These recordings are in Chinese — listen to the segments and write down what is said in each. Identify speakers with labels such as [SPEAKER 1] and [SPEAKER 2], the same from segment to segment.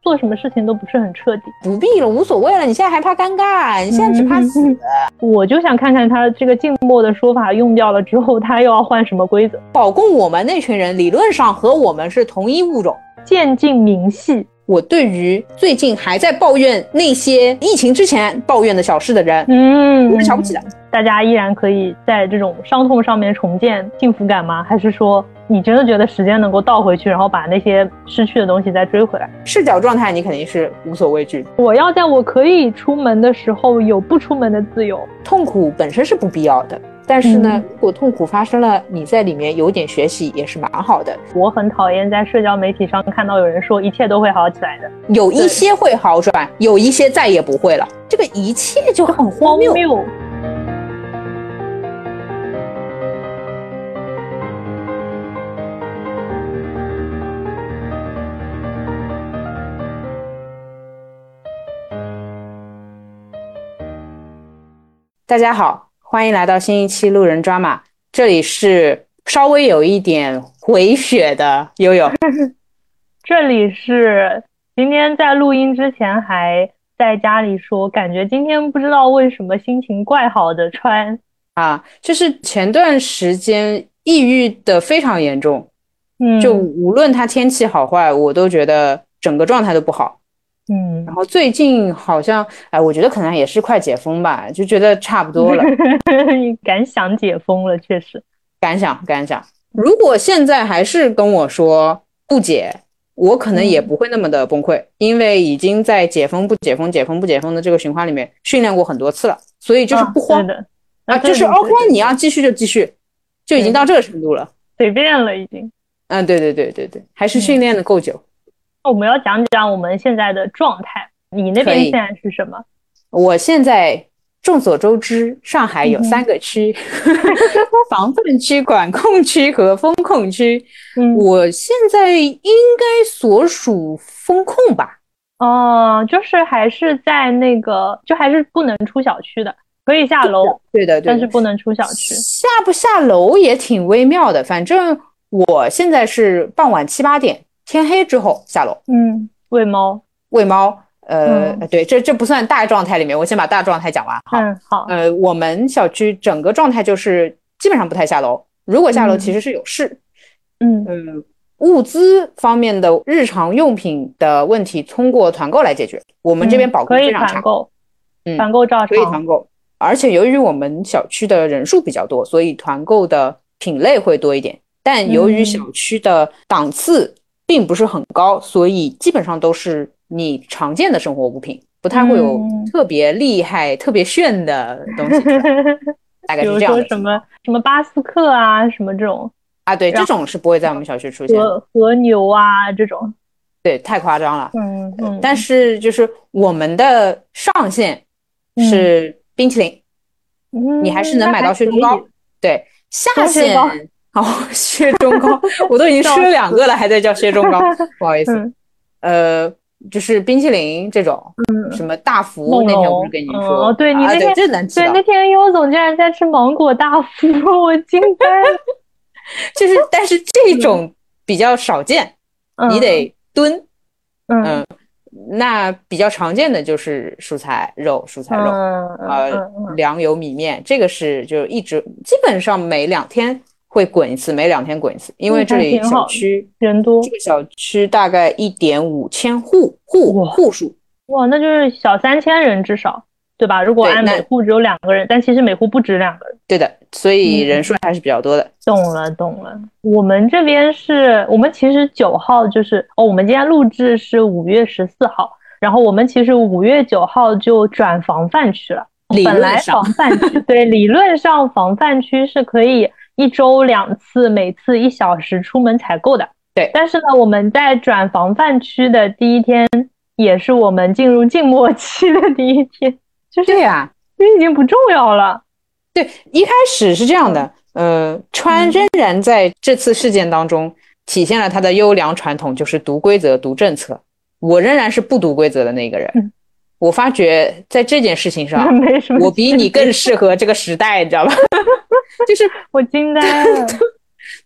[SPEAKER 1] 做什么事情都不是很彻底。
[SPEAKER 2] 不必了，无所谓了。你现在还怕尴尬？你现在只怕死。
[SPEAKER 1] 嗯我就想看看他这个静默的说法用掉了之后，他又要换什么规则？
[SPEAKER 2] 保供我们那群人理论上和我们是同一物种。
[SPEAKER 1] 渐进明细，
[SPEAKER 2] 我对于最近还在抱怨那些疫情之前抱怨的小事的人，
[SPEAKER 1] 嗯，
[SPEAKER 2] 我是瞧不起的。
[SPEAKER 1] 大家依然可以在这种伤痛上面重建幸福感吗？还是说你真的觉得时间能够倒回去，然后把那些失去的东西再追回来？
[SPEAKER 2] 视角状态你肯定是无所畏惧的，
[SPEAKER 1] 我要在我可以出门的时候有不出门的自由。
[SPEAKER 2] 痛苦本身是不必要的。但是呢
[SPEAKER 1] 嗯，
[SPEAKER 2] 如果痛苦发生了，你在里面有点学习也是蛮好的。
[SPEAKER 1] 我很讨厌在社交媒体上看到有人说一切都会好起来的，
[SPEAKER 2] 有一些会好转，有一些再也不会了。这个一切就很荒谬。
[SPEAKER 1] 谬。
[SPEAKER 2] 大家好，欢迎来到新一期路人抓马，这里是稍微有一点回血的悠悠。
[SPEAKER 1] 这里是今天在录音之前还在家里说，感觉今天不知道为什么心情怪好的川，
[SPEAKER 2] 啊，就是前段时间抑郁的非常严重，
[SPEAKER 1] 嗯，
[SPEAKER 2] 就无论它天气好坏，我都觉得整个状态都不好。
[SPEAKER 1] 嗯。
[SPEAKER 2] 然，后最近好像，哎，我觉得可能也是快解封吧，就觉得差不多了
[SPEAKER 1] 你敢想解封了，确实，
[SPEAKER 2] 感想感想，如果现在还是跟我说不解，我可能也不会那么的崩
[SPEAKER 1] 嗯
[SPEAKER 2] 溃，因为已经在解封不解封、解封不解封的这个循环里面训练过很多次了，所以就是
[SPEAKER 1] 啊
[SPEAKER 2] 不慌
[SPEAKER 1] 对的，
[SPEAKER 2] 啊，
[SPEAKER 1] 啊
[SPEAKER 2] 就是 OK，你要继续就继续，就已经
[SPEAKER 1] 对
[SPEAKER 2] 到这个程度了。
[SPEAKER 1] 随便了已经。
[SPEAKER 2] 嗯，对对对对对，还是训练的够
[SPEAKER 1] 嗯
[SPEAKER 2] 久。
[SPEAKER 1] 那我们要讲讲我们现在的状态，你那
[SPEAKER 2] 可
[SPEAKER 1] 边
[SPEAKER 2] 以
[SPEAKER 1] 现在是什么？
[SPEAKER 2] 我现在众所周知，上海有
[SPEAKER 1] 嗯哼
[SPEAKER 2] 三个区：
[SPEAKER 1] 嗯
[SPEAKER 2] 防范区、管控区和风控区。
[SPEAKER 1] 嗯，
[SPEAKER 2] 我现在应该所属风控吧？
[SPEAKER 1] 哦，就是还是在那个，就还是不能出小区的，可以下楼，
[SPEAKER 2] 对的，对
[SPEAKER 1] 但
[SPEAKER 2] 的
[SPEAKER 1] 是不能出小区。
[SPEAKER 2] 下不下楼也挺微妙的。反正我现在是傍晚七八点，天黑之后下楼
[SPEAKER 1] 嗯，喂猫。
[SPEAKER 2] 喂猫。呃，
[SPEAKER 1] 嗯
[SPEAKER 2] 对，这这不算大状态里面，我先把大状态讲完。好，
[SPEAKER 1] 嗯，好，
[SPEAKER 2] 呃，我们小区整个状态就是基本上不太下楼，如果下楼
[SPEAKER 1] 嗯
[SPEAKER 2] 其实是有事。
[SPEAKER 1] 嗯
[SPEAKER 2] 嗯，物资方面的日常用品的问题通过团购来解决，我们这边
[SPEAKER 1] 嗯
[SPEAKER 2] 保供
[SPEAKER 1] 可以
[SPEAKER 2] 非常
[SPEAKER 1] 团
[SPEAKER 2] 差，
[SPEAKER 1] 购，
[SPEAKER 2] 嗯
[SPEAKER 1] 团购照
[SPEAKER 2] 可以
[SPEAKER 1] 常。
[SPEAKER 2] 团购。而且由于我们小区的人数比较多，所以团购的品类会多一点。但由于
[SPEAKER 1] 嗯
[SPEAKER 2] 小区的档次并不是很高，所以基本上都是你常见的生活物品，不太会有
[SPEAKER 1] 嗯
[SPEAKER 2] 特别厉害、特别炫的东西出来，大概
[SPEAKER 1] 比
[SPEAKER 2] 是
[SPEAKER 1] 如
[SPEAKER 2] 这样
[SPEAKER 1] 说
[SPEAKER 2] 的
[SPEAKER 1] 什么什么巴斯克啊，什么这种
[SPEAKER 2] 啊？对，
[SPEAKER 1] 然
[SPEAKER 2] 这
[SPEAKER 1] 后
[SPEAKER 2] 种是不会在我们小区出现的，
[SPEAKER 1] 和和牛啊这种，
[SPEAKER 2] 对，太夸张了。
[SPEAKER 1] 嗯嗯，
[SPEAKER 2] 但是就是我们的上限
[SPEAKER 1] 嗯
[SPEAKER 2] 是冰淇淋，你
[SPEAKER 1] 你
[SPEAKER 2] 还是能买到雪中糕。对，下限
[SPEAKER 1] 高
[SPEAKER 2] 哦，雪中糕，我都已经吃了两个了，还在叫雪中 糕，不好意思。
[SPEAKER 1] 嗯
[SPEAKER 2] 呃，就是冰淇淋这种，什么大福
[SPEAKER 1] 梦
[SPEAKER 2] 那天我
[SPEAKER 1] 龙
[SPEAKER 2] 不是跟你
[SPEAKER 1] 嗯
[SPEAKER 2] 说，
[SPEAKER 1] 哦对你
[SPEAKER 2] 啊
[SPEAKER 1] 那天
[SPEAKER 2] 这能吃
[SPEAKER 1] 对，
[SPEAKER 2] 到
[SPEAKER 1] 那，天优总竟然在吃芒果大福， 我惊呆了。
[SPEAKER 2] 就是但是这种比较少见，
[SPEAKER 1] 嗯
[SPEAKER 2] 你得蹲。
[SPEAKER 1] 嗯
[SPEAKER 2] 那比较常见的就是蔬菜肉，蔬菜肉。
[SPEAKER 1] 嗯
[SPEAKER 2] 呃
[SPEAKER 1] 嗯嗯，
[SPEAKER 2] 粮油米面，这个是就是一直基本上每两天会滚一次，每两天滚一次，因为这
[SPEAKER 1] 嗯还
[SPEAKER 2] 里
[SPEAKER 1] 挺好
[SPEAKER 2] 小
[SPEAKER 1] 的
[SPEAKER 2] 区
[SPEAKER 1] 人多
[SPEAKER 2] 这个小区大概一点五千户户
[SPEAKER 1] 哇
[SPEAKER 2] 户数，
[SPEAKER 1] 哇，那就是小三千人至少对吧？如果
[SPEAKER 2] 对
[SPEAKER 1] 按
[SPEAKER 2] 那
[SPEAKER 1] 每户只有两个人，但其实每户不止两个人。
[SPEAKER 2] 对的，所以
[SPEAKER 1] 嗯
[SPEAKER 2] 人数还是比较多的。
[SPEAKER 1] 懂了，懂了。我们这边是我们其实九号就是哦，我们今天录制是五月十四号，然后我们其实五月九号就转防范区了。
[SPEAKER 2] 理
[SPEAKER 1] 哦本
[SPEAKER 2] 论
[SPEAKER 1] 来
[SPEAKER 2] 上
[SPEAKER 1] 防，范区对理论上防范区是可以一周两次，每次一小时出门采购的。
[SPEAKER 2] 对
[SPEAKER 1] 但是呢，我们在转防范区的第一天，也是我们进入静默期的第一天，就是
[SPEAKER 2] 对呀、
[SPEAKER 1] 因为已经不重要了。
[SPEAKER 2] 对，一开始是这样的，呃，川
[SPEAKER 1] 嗯
[SPEAKER 2] 仍然在这次事件当中体现了他的优良传统，就是读规则、读政策。我仍然是不读规则的那个人
[SPEAKER 1] 嗯。
[SPEAKER 2] 我发觉在这件事情 上，
[SPEAKER 1] 没什么，
[SPEAKER 2] 啊我比你更，适合这个时代，你知道吧？ 就是
[SPEAKER 1] 我惊呆了。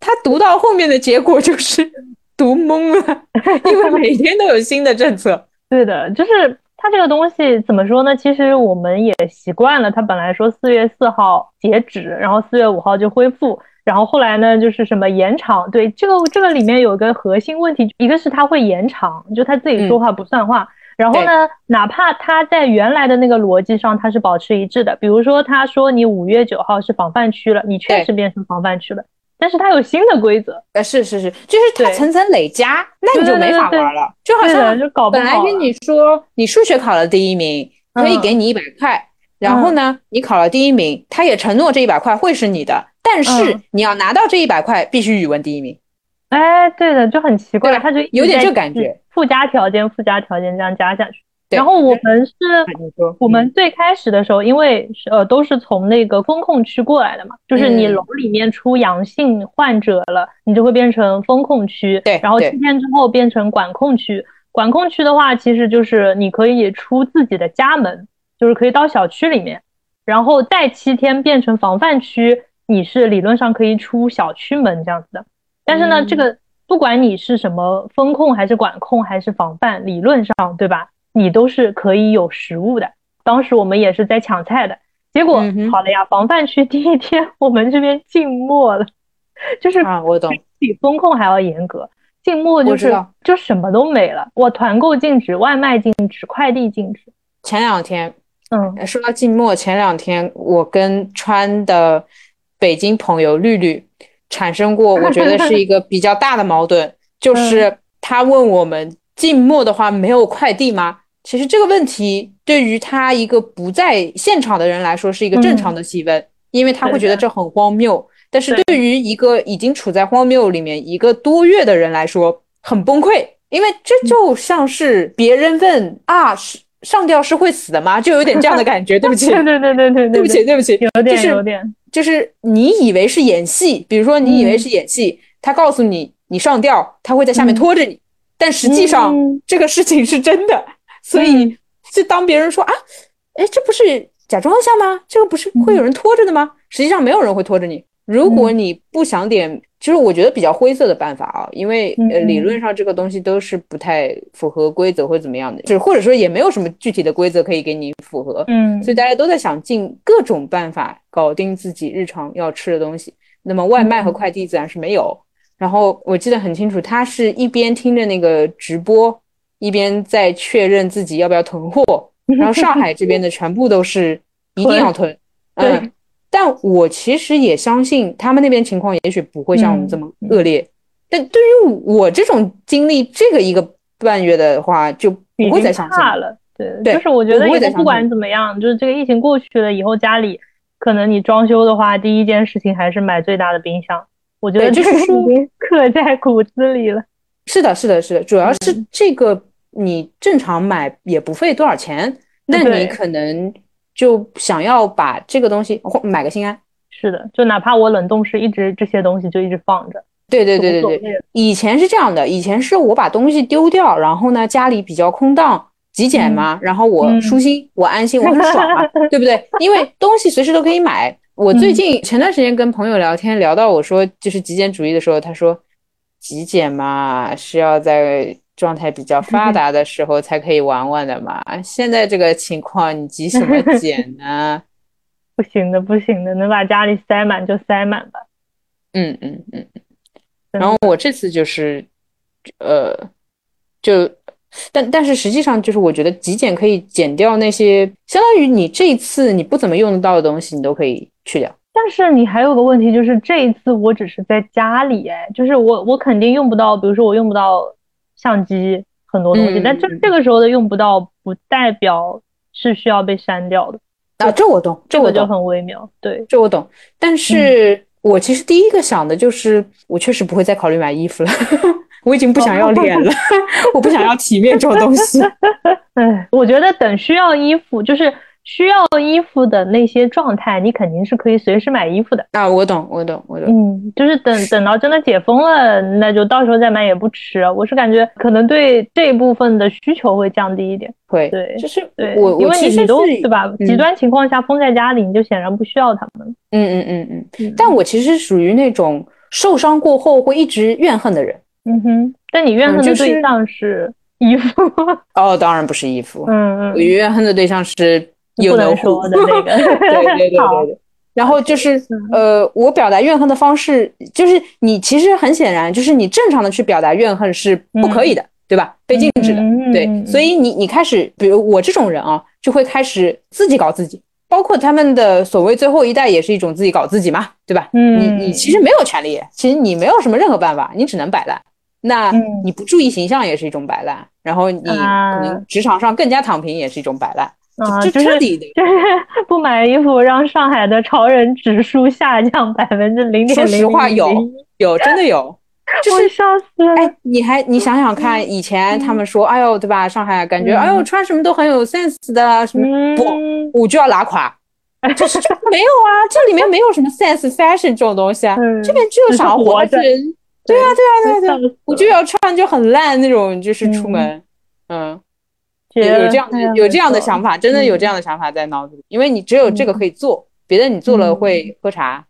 [SPEAKER 2] 他读 到后面的结果就是读懵了，因为每天都有新的政策，
[SPEAKER 1] 对的，就是它这个东西怎么说呢？其实我们也习惯了，它本来说四月四号截止，然后四月五号就恢复，然后后来呢就是什么延长。对，这个这个里面有一个核心问题，一个是它会延长，就他自
[SPEAKER 2] 嗯
[SPEAKER 1] 己说话不算话。然后呢，哪怕他在原来的那个逻辑上，他是保持一致的。比如说，他说你五月九号是防范区了，你确实变成防范区了，但是他有新的规则。
[SPEAKER 2] 呃，是是是，就是它
[SPEAKER 1] 对
[SPEAKER 2] 层层累加，那你就没法玩了。
[SPEAKER 1] 对
[SPEAKER 2] 就好
[SPEAKER 1] 的，
[SPEAKER 2] 像
[SPEAKER 1] 就搞不
[SPEAKER 2] 本来
[SPEAKER 1] 好
[SPEAKER 2] 跟
[SPEAKER 1] 了。嗯
[SPEAKER 2] 你说你数学考了第一名，可以给你一百块，然后呢，你考了第一名，他也承诺这一百块会是你的，但是
[SPEAKER 1] 嗯
[SPEAKER 2] 你要拿到这一百块，必须语文第一名。
[SPEAKER 1] 哎，对的，就很奇怪，
[SPEAKER 2] 对吧
[SPEAKER 1] 他就一直
[SPEAKER 2] 有点
[SPEAKER 1] 在
[SPEAKER 2] 这感觉，
[SPEAKER 1] 附加条件、附加条件这样加下去。
[SPEAKER 2] 对
[SPEAKER 1] 然后我们是，
[SPEAKER 2] 你说
[SPEAKER 1] 我们最开始的时候，因为是呃都是从那个风控区过来的嘛，就是你
[SPEAKER 2] 嗯
[SPEAKER 1] 楼里面出阳性患者了，你就会变成风控区，
[SPEAKER 2] 对
[SPEAKER 1] 然后
[SPEAKER 2] 对
[SPEAKER 1] 七天之后变成管控区。管控区的话，其实就是你可以出自己的家门，就是可以到小区里面，然后再七天变成防范区，你是理论上可以出小区门这样子的。但是呢，
[SPEAKER 2] 嗯
[SPEAKER 1] 这个不管你是什么风控还是管控还是防范，理论上对吧，你都是可以有食物的。当时我们也是在抢菜的，结果、
[SPEAKER 2] 嗯哼
[SPEAKER 1] 好了呀，防范区第一天 我们这边静默了，就是
[SPEAKER 2] 啊，我懂，
[SPEAKER 1] 比风控还要严格。静默
[SPEAKER 2] 我
[SPEAKER 1] 就
[SPEAKER 2] 知
[SPEAKER 1] 是
[SPEAKER 2] 道
[SPEAKER 1] 就什么都没了，我团购禁止，外卖禁止，快递禁止。
[SPEAKER 2] 前两天
[SPEAKER 1] 嗯
[SPEAKER 2] 呃说到静默，前两天我跟川的北京朋友绿绿产生过，我觉得是一个比较大的矛盾，就是他问我们静默的话没有快递吗？其实这个问题对于他一个不在现场的人来说是一个正常的提问，因为他会觉得这很荒谬。但是对于一个已经处在荒谬里面一个多月的人来说，很崩溃，因为这就像是别人问啊，是上吊是会死的吗？就有点这样的感觉。对不 起，
[SPEAKER 1] 对对对对对
[SPEAKER 2] 对不起，，对不起，
[SPEAKER 1] 有
[SPEAKER 2] 就
[SPEAKER 1] 点
[SPEAKER 2] 是
[SPEAKER 1] 有点，
[SPEAKER 2] 就是你以为是演戏，比如说你以为是演戏，他告诉你你上吊，他会在下面拖着你，但实际上
[SPEAKER 1] 嗯
[SPEAKER 2] 这个事情是真的，所以就当别人说啊，哎，这不是假装一下吗？这个不是会有人拖着的吗？实际上没有人会拖着你。如果你不想点，就是我觉得比较灰色的办法啊，因为呃
[SPEAKER 1] 嗯
[SPEAKER 2] 理论上这个东西都是不太符合规则或者怎么样的，就是或者说也没有什么具体的规则可以给你符合，
[SPEAKER 1] 嗯，
[SPEAKER 2] 所以大家都在想尽各种办法搞定自己日常要吃的东西。那么外卖
[SPEAKER 1] 嗯
[SPEAKER 2] 和快递自然是没有。然后我记得很清楚，他是一边听着那个直播，一边在确认自己要不要 囤货。然后上海这边的全部都是一定要囤，
[SPEAKER 1] 对
[SPEAKER 2] 嗯。但我其实也相信他们那边情况也许不会像我们这么
[SPEAKER 1] 嗯
[SPEAKER 2] 恶劣，但对于我这种经历这个一个半月的话，就
[SPEAKER 1] 已
[SPEAKER 2] 不会
[SPEAKER 1] 经
[SPEAKER 2] 再相信
[SPEAKER 1] 差了。对，
[SPEAKER 2] 对
[SPEAKER 1] 就是我觉得
[SPEAKER 2] 我不
[SPEAKER 1] 以
[SPEAKER 2] 会再
[SPEAKER 1] 后
[SPEAKER 2] 相
[SPEAKER 1] 不管
[SPEAKER 2] 信
[SPEAKER 1] 怎么样，就是这个疫情过去了以后，家里可能你装修的话，第一件事情还是买最大的冰箱。我觉得
[SPEAKER 2] 对
[SPEAKER 1] 这
[SPEAKER 2] 这
[SPEAKER 1] 个
[SPEAKER 2] 个
[SPEAKER 1] 已
[SPEAKER 2] 是
[SPEAKER 1] 经 刻在骨子里了。
[SPEAKER 2] 是的，是的，是的，主要是这个你正常买也不费多少钱，那
[SPEAKER 1] 对
[SPEAKER 2] 你可能就想要把这个东西或买个心安。
[SPEAKER 1] 是的，就哪怕我冷冻室一直这些东西就一直放着，
[SPEAKER 2] 对对
[SPEAKER 1] 就
[SPEAKER 2] 对
[SPEAKER 1] 无所
[SPEAKER 2] 对
[SPEAKER 1] 谓
[SPEAKER 2] 对，
[SPEAKER 1] 了。
[SPEAKER 2] 以前是这样的，以前是我把东西丢掉，然后呢家里比较空荡，极简嘛，然后我
[SPEAKER 1] 嗯
[SPEAKER 2] 舒心，我安心，我很爽 嘛，对不对？因为东西随时都可以买。我
[SPEAKER 1] 嗯
[SPEAKER 2] 最近前段时间跟朋友聊天，聊到我说就是极简主义的时候，他说极简嘛是要在状态比较发达的时候才可以玩玩的嘛，现在这个情况你极什么简呢？
[SPEAKER 1] 不行的，不行的，能把家里塞满就塞满吧。
[SPEAKER 2] 嗯嗯嗯，
[SPEAKER 1] 真
[SPEAKER 2] 然后我这次就是，呃，就，但但是实际上就是，我觉得极简可以减掉那些，相当于你这一次你不怎么用得到的东西，你都可以去掉。
[SPEAKER 1] 但是你还有个问题，就是这一次我只是在家里，哎，就是我我肯定用不到，比如说我用不到相机很多东西，
[SPEAKER 2] 嗯
[SPEAKER 1] 但这
[SPEAKER 2] 嗯嗯
[SPEAKER 1] 这个时候的用不到，不代表是需要被删掉的，
[SPEAKER 2] 啊，这我懂，这
[SPEAKER 1] 这
[SPEAKER 2] 我
[SPEAKER 1] 个就
[SPEAKER 2] 懂，
[SPEAKER 1] 很嗯微妙。对，
[SPEAKER 2] 这我懂。但是我其实第一个想的就是，我确实不会再考虑买衣服了， 我已经不
[SPEAKER 1] 哦
[SPEAKER 2] 想要脸了， 我不想要体面这种东西。
[SPEAKER 1] 哎，我觉得等需要衣服，就是需要衣服的那些状态，你肯定是可以随时买衣服的。
[SPEAKER 2] 啊，我懂，我懂，我懂。
[SPEAKER 1] 嗯，就是等等到真的解封了，那就到时候再买也不迟。啊我是感觉可能对这一部分的需求会降低一点。
[SPEAKER 2] 会，
[SPEAKER 1] 对
[SPEAKER 2] 就是
[SPEAKER 1] 对，
[SPEAKER 2] 我，
[SPEAKER 1] 因
[SPEAKER 2] 我
[SPEAKER 1] 为
[SPEAKER 2] 其
[SPEAKER 1] 你
[SPEAKER 2] 实
[SPEAKER 1] 你都
[SPEAKER 2] 是
[SPEAKER 1] 对吧？极
[SPEAKER 2] 嗯
[SPEAKER 1] 端情况下封在家里，你就显然不需要他们了。
[SPEAKER 2] 嗯嗯嗯
[SPEAKER 1] 嗯
[SPEAKER 2] 嗯，但我其实属于那种受伤过后会一直怨恨的人。
[SPEAKER 1] 嗯哼，但你怨恨
[SPEAKER 2] 嗯就
[SPEAKER 1] 的对
[SPEAKER 2] 是
[SPEAKER 1] 象是衣 服。
[SPEAKER 2] 哦，当然不是衣服，
[SPEAKER 1] 嗯
[SPEAKER 2] 我
[SPEAKER 1] 嗯，
[SPEAKER 2] 怨恨的对象是
[SPEAKER 1] 不
[SPEAKER 2] 有
[SPEAKER 1] 能
[SPEAKER 2] 能
[SPEAKER 1] 说
[SPEAKER 2] 户
[SPEAKER 1] 的那个。
[SPEAKER 2] 对对对对
[SPEAKER 1] 好嗯
[SPEAKER 2] 对对。然后就是呃，我表达怨恨的方式，就是你其实很显然，就是你正常的去表达怨恨是不可以的，对吧？被禁止的。
[SPEAKER 1] 嗯
[SPEAKER 2] 对，所
[SPEAKER 1] 以
[SPEAKER 2] 以你你开始，比如我这种人啊，就会开始自己搞自己，包括他们的所谓最后一代也是一种自己搞自己嘛，对吧？
[SPEAKER 1] 嗯
[SPEAKER 2] 你你其实没有权利，其实你没有什么任何办法，你只能摆烂。那
[SPEAKER 1] 嗯
[SPEAKER 2] 你不注意形象也是一种摆烂，然后你
[SPEAKER 1] 啊
[SPEAKER 2] 可能职场上更加躺平也是一种摆烂，
[SPEAKER 1] 啊，
[SPEAKER 2] 就
[SPEAKER 1] 就
[SPEAKER 2] 彻
[SPEAKER 1] 是
[SPEAKER 2] 底的。
[SPEAKER 1] 就是 不买衣服，让上海的潮人指数下降百分之零点
[SPEAKER 2] 说
[SPEAKER 1] 零。
[SPEAKER 2] 实话有，有真的有，就
[SPEAKER 1] 我
[SPEAKER 2] 是
[SPEAKER 1] 笑死了。
[SPEAKER 2] 哎，你还你想想看，以前他们说，哎呦，对吧？上海感觉，
[SPEAKER 1] 嗯
[SPEAKER 2] 哎呦，穿什么都很有 sense 的啊，什么不。
[SPEAKER 1] 嗯
[SPEAKER 2] 我就要拉垮。就是这没有啊，这里面没有什么 sense fashion 这种东西啊，
[SPEAKER 1] 嗯
[SPEAKER 2] 这边只有想要活
[SPEAKER 1] 只是活着
[SPEAKER 2] 人。对啊，对啊，对啊，
[SPEAKER 1] 笑
[SPEAKER 2] 对啊，
[SPEAKER 1] 死了
[SPEAKER 2] 我就要穿就很烂那种，就是出门，嗯，有有这样的有这样的想
[SPEAKER 1] 法，
[SPEAKER 2] 法，真的有这样的想法在脑子里，因为你只有这个可以做，别的你做了会喝茶。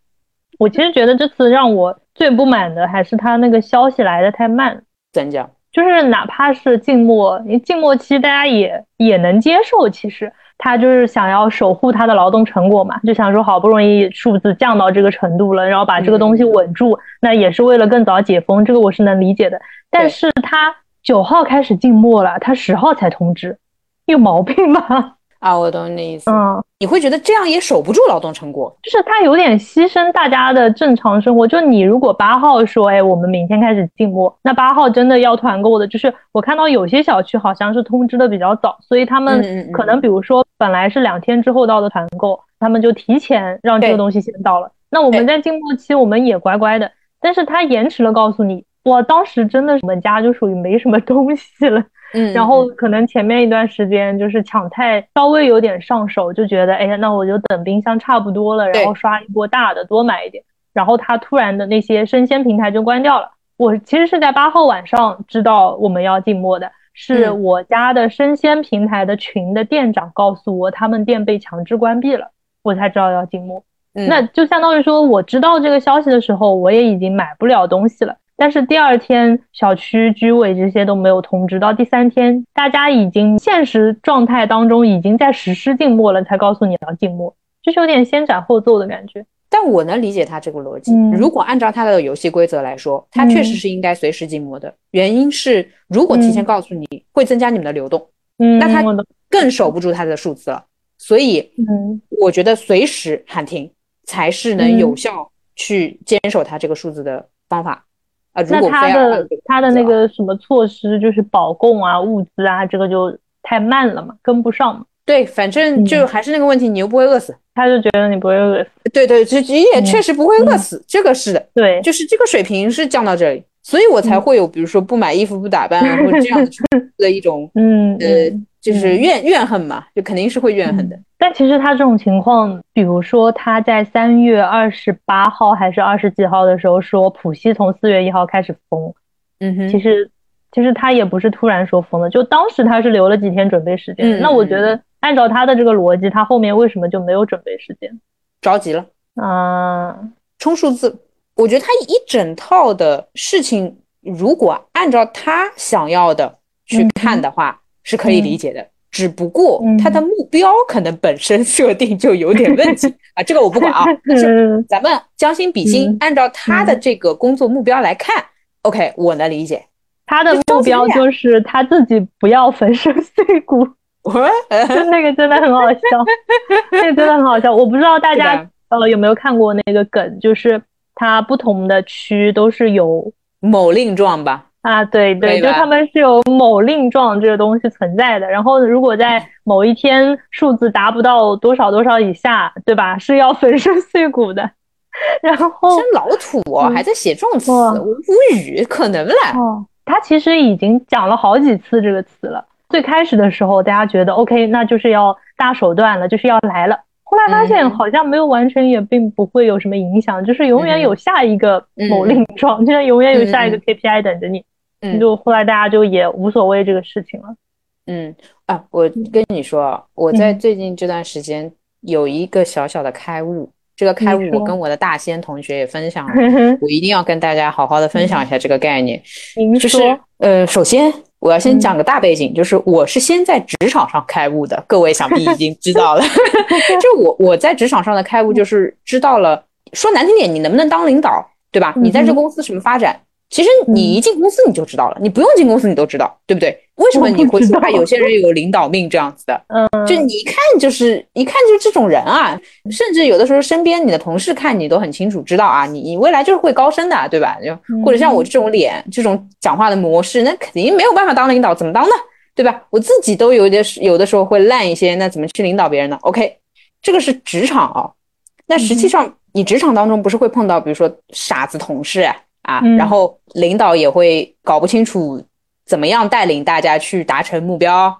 [SPEAKER 1] 我其实觉得这次让我最不满的还是他那个消息来的太慢，
[SPEAKER 2] 怎讲？
[SPEAKER 1] 就是哪怕是静默，你静默期大家也也能接受，其实。他就是想要守护他的劳动成果嘛，就想说好不容易数字降到这个程度了，然后把这个东
[SPEAKER 2] 嗯
[SPEAKER 1] 西稳住，那也是为了更早解封，这个我是能理解的。但是他九号开始静默了，他十号才通知，有毛病 吧？
[SPEAKER 2] 啊，我懂你的意思。
[SPEAKER 1] 嗯，
[SPEAKER 2] 你会觉得这样也守不住劳动成果，
[SPEAKER 1] 就是他有点牺牲大家的正常生活。就你如果八号说，哎，我们明天开始静默，那八号真的要团购的，就是我看到有些小区好像是通知的比较早，所以他
[SPEAKER 2] 嗯嗯
[SPEAKER 1] 们
[SPEAKER 2] 嗯
[SPEAKER 1] 可能比如说本来是两天之后到的团购，他们就提前让这
[SPEAKER 2] 对
[SPEAKER 1] 个东西先到了。那我们在静默期，我们也乖乖的，但是他延迟了告诉你，我当时真的是我们家就属于没什么东西了。
[SPEAKER 2] 嗯
[SPEAKER 1] 然后可能前面一段时间就是抢菜稍微有点上手，就觉得哎呀，那我就等冰箱差不多了，然后
[SPEAKER 2] 对
[SPEAKER 1] 刷一波大的，多买一点。然后它突然的那些生鲜平台就关掉了。我其实是在八号晚上知道我们要静默的，是
[SPEAKER 2] 嗯
[SPEAKER 1] 我家的生鲜平台的群的店长告诉我，他们店被强制关闭了，我才知道要静默。
[SPEAKER 2] 嗯
[SPEAKER 1] 那就相当于说，我知道这个消息的时候，我也已经买不了东西了。但是第二天，小区居委这些都没有通知，到第三天，大家已经现实状态当中已经在实施静默了，才告诉你要静默，就是有点先斩后奏的感觉。
[SPEAKER 2] 但我能理解他这个逻辑。
[SPEAKER 1] 嗯
[SPEAKER 2] 如果按照他的游戏规则来说，他确实
[SPEAKER 1] 嗯
[SPEAKER 2] 是应该随时静默的。原因是，如果提前
[SPEAKER 1] 嗯
[SPEAKER 2] 告诉你，会增加你们的流动，
[SPEAKER 1] 嗯，
[SPEAKER 2] 那他
[SPEAKER 1] 我懂
[SPEAKER 2] 更守不住他的数字了。所以，
[SPEAKER 1] 嗯
[SPEAKER 2] 我觉得随时喊停才是能
[SPEAKER 1] 嗯
[SPEAKER 2] 有效去坚守他这个数字的方法。啊、如
[SPEAKER 1] 那
[SPEAKER 2] 果
[SPEAKER 1] 他
[SPEAKER 2] 非要按
[SPEAKER 1] 的
[SPEAKER 2] 这个
[SPEAKER 1] 他的
[SPEAKER 2] 数字
[SPEAKER 1] 那
[SPEAKER 2] 啊
[SPEAKER 1] 个什么措施，就是保供啊、物资啊，这个就太慢了嘛，跟不上嘛。
[SPEAKER 2] 对，反正就
[SPEAKER 1] 嗯
[SPEAKER 2] 还是那个问题，你又不会饿死。
[SPEAKER 1] 他就觉得你不会饿死，
[SPEAKER 2] 对对，就你也
[SPEAKER 1] 嗯
[SPEAKER 2] 确实不会饿
[SPEAKER 1] 嗯
[SPEAKER 2] 死，这个是的。
[SPEAKER 1] 对，
[SPEAKER 2] 就是这个水平是降到这里，所以我
[SPEAKER 1] 嗯
[SPEAKER 2] 才会有，比如说不买衣服、不打扮啊，或者这样 子的一种，
[SPEAKER 1] 嗯
[SPEAKER 2] 呃
[SPEAKER 1] 嗯，
[SPEAKER 2] 就是怨怨恨嘛，就肯定是会怨恨的。
[SPEAKER 1] 但其实他这种情况，比如说他在三月二十八号还是二十几号的时候说浦西从四月一号开始封，
[SPEAKER 2] 嗯
[SPEAKER 1] 其
[SPEAKER 2] 哼，
[SPEAKER 1] 实其实他也不是突然说封的，就当时他是留了几天准备时间。
[SPEAKER 2] 嗯
[SPEAKER 1] 那我觉得按照他的这个逻辑，他后面为什么就没有准备时间？
[SPEAKER 2] 着急了，
[SPEAKER 1] 啊，
[SPEAKER 2] 冲数字。我觉得他一整套的事情，如果按照他想要的
[SPEAKER 1] 嗯
[SPEAKER 2] 去看的话，是可以理解的。只不过他的目标可能本身 设定就有点问 题啊，这个我不管啊，但是
[SPEAKER 1] 嗯
[SPEAKER 2] 咱们将心比心
[SPEAKER 1] 嗯，
[SPEAKER 2] 按照他的这个工作目标来看，OK，我能理解。
[SPEAKER 1] 他的目标就是他自己不要粉身碎骨，
[SPEAKER 2] 喂，
[SPEAKER 1] 那个真的很好笑， 那个真的很好笑。我不知道大
[SPEAKER 2] 是
[SPEAKER 1] 家
[SPEAKER 2] 的
[SPEAKER 1] 呃有没有看过那个梗，就是它不同的区都是有
[SPEAKER 2] 某令状吧，
[SPEAKER 1] 啊，对对，
[SPEAKER 2] 对
[SPEAKER 1] 就
[SPEAKER 2] 吧
[SPEAKER 1] 他们是有某令状这个东西存在的。然后如果在某一天数字达不到多少多少以下，对吧，是要粉身碎骨的。然后
[SPEAKER 2] 真老土哦，还在写这种词，
[SPEAKER 1] 哇
[SPEAKER 2] 我无语，可能啦。
[SPEAKER 1] 哦，他其实已经讲了好几次这个词了。最开始的时候，大家觉得 OK，那就是要大手段了，就是要来了。后来发
[SPEAKER 2] 嗯
[SPEAKER 1] 现好像没有完成，也并不会有什么影响，就是永远有下一个某令状，就是永远有下一个
[SPEAKER 2] 嗯
[SPEAKER 1] KPI 等着你。
[SPEAKER 2] 嗯
[SPEAKER 1] 就后来大家就也无所谓这个事情了。
[SPEAKER 2] 嗯啊，我跟你说啊，我在
[SPEAKER 1] 嗯
[SPEAKER 2] 最近这段时间有一个小小的开悟，这个开悟
[SPEAKER 1] 你
[SPEAKER 2] 我
[SPEAKER 1] 说
[SPEAKER 2] 跟我的大仙同学也分享
[SPEAKER 1] 嗯
[SPEAKER 2] 了，我一定要跟大家好好的分享一下这个概念。
[SPEAKER 1] 您
[SPEAKER 2] 就是
[SPEAKER 1] 说，嗯
[SPEAKER 2] 呃，首先我要先讲个大背景，就是我是先在职场上开悟的，各位想必已经知道了。 就我我在职场上的
[SPEAKER 1] 嗯
[SPEAKER 2] 开悟，就是知道了，说难听点，你能不能当领导，对吧？你
[SPEAKER 1] 嗯
[SPEAKER 2] 在这公司什么发展，其实你一进公司你就知道了，你不用进公司你都知道，对不对？为什么你会说啊有些人有领导命这样子的？
[SPEAKER 1] 嗯，
[SPEAKER 2] 就你一看就是一看就是这种人啊，甚至有的时候身边你的同事看你都很清楚知道啊，你你未来就是会高升的，啊对吧？就或者像
[SPEAKER 1] 嗯
[SPEAKER 2] 我这种脸、这种讲话的模式，那肯定没有办法当领导，怎么当呢？对吧？我自己都有点有的时候会烂一些，那怎么去领导别人呢？OK，这个是职场啊、哦。那实际上你职场当中不是会碰到，比如说傻子同事啊，啊
[SPEAKER 1] 嗯
[SPEAKER 2] 然后领导也会搞不清楚怎么样带领大家去达成目标，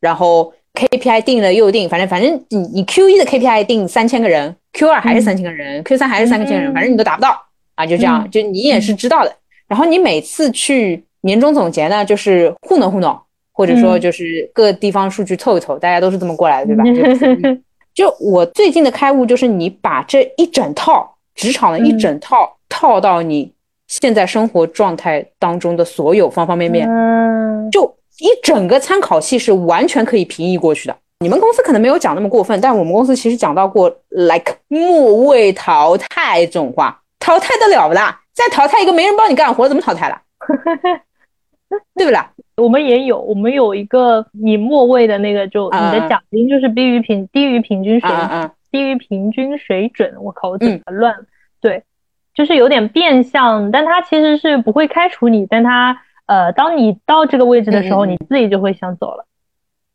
[SPEAKER 2] 然后 KPI 定了又定，反正反正你你 Q 一的 KPI 定三千个人，Q 二还是三千个人、q 三还是三千个人，
[SPEAKER 1] 嗯
[SPEAKER 2] 反正你都达不到啊，就这样，
[SPEAKER 1] 嗯
[SPEAKER 2] 就你也是知道的。然后你每次去年终总结呢，就是糊弄糊弄，或者说
[SPEAKER 1] 嗯
[SPEAKER 2] 就是各地方数据凑一凑，大家都是这么过来的，对吧？就 就我最近的开悟就是，你把这一整套职场的一
[SPEAKER 1] 嗯
[SPEAKER 2] 整套、套到你现在生活状态当中的所有方方面 面，
[SPEAKER 1] 嗯
[SPEAKER 2] 就一整个参考系是完全可以平移过去的。你们公司可能没有讲那么过分，但我们公司其实讲到过，like 末位淘汰这种话，淘汰得了不啦？再淘汰一个没人帮你干活，怎么淘汰了？对不啦？
[SPEAKER 1] 我们也有，我们有一个你末位的那个就，
[SPEAKER 2] 啊
[SPEAKER 1] 你的奖金就是低于平低于平均水
[SPEAKER 2] 啊啊啊！
[SPEAKER 1] 低于平均水准。我靠，我怎
[SPEAKER 2] 嗯
[SPEAKER 1] 么乱？对，就是有点变相，但它其实是不会开除你，但它呃，当你到这个位置的时候，
[SPEAKER 2] 嗯嗯嗯
[SPEAKER 1] 你自己就会想走了。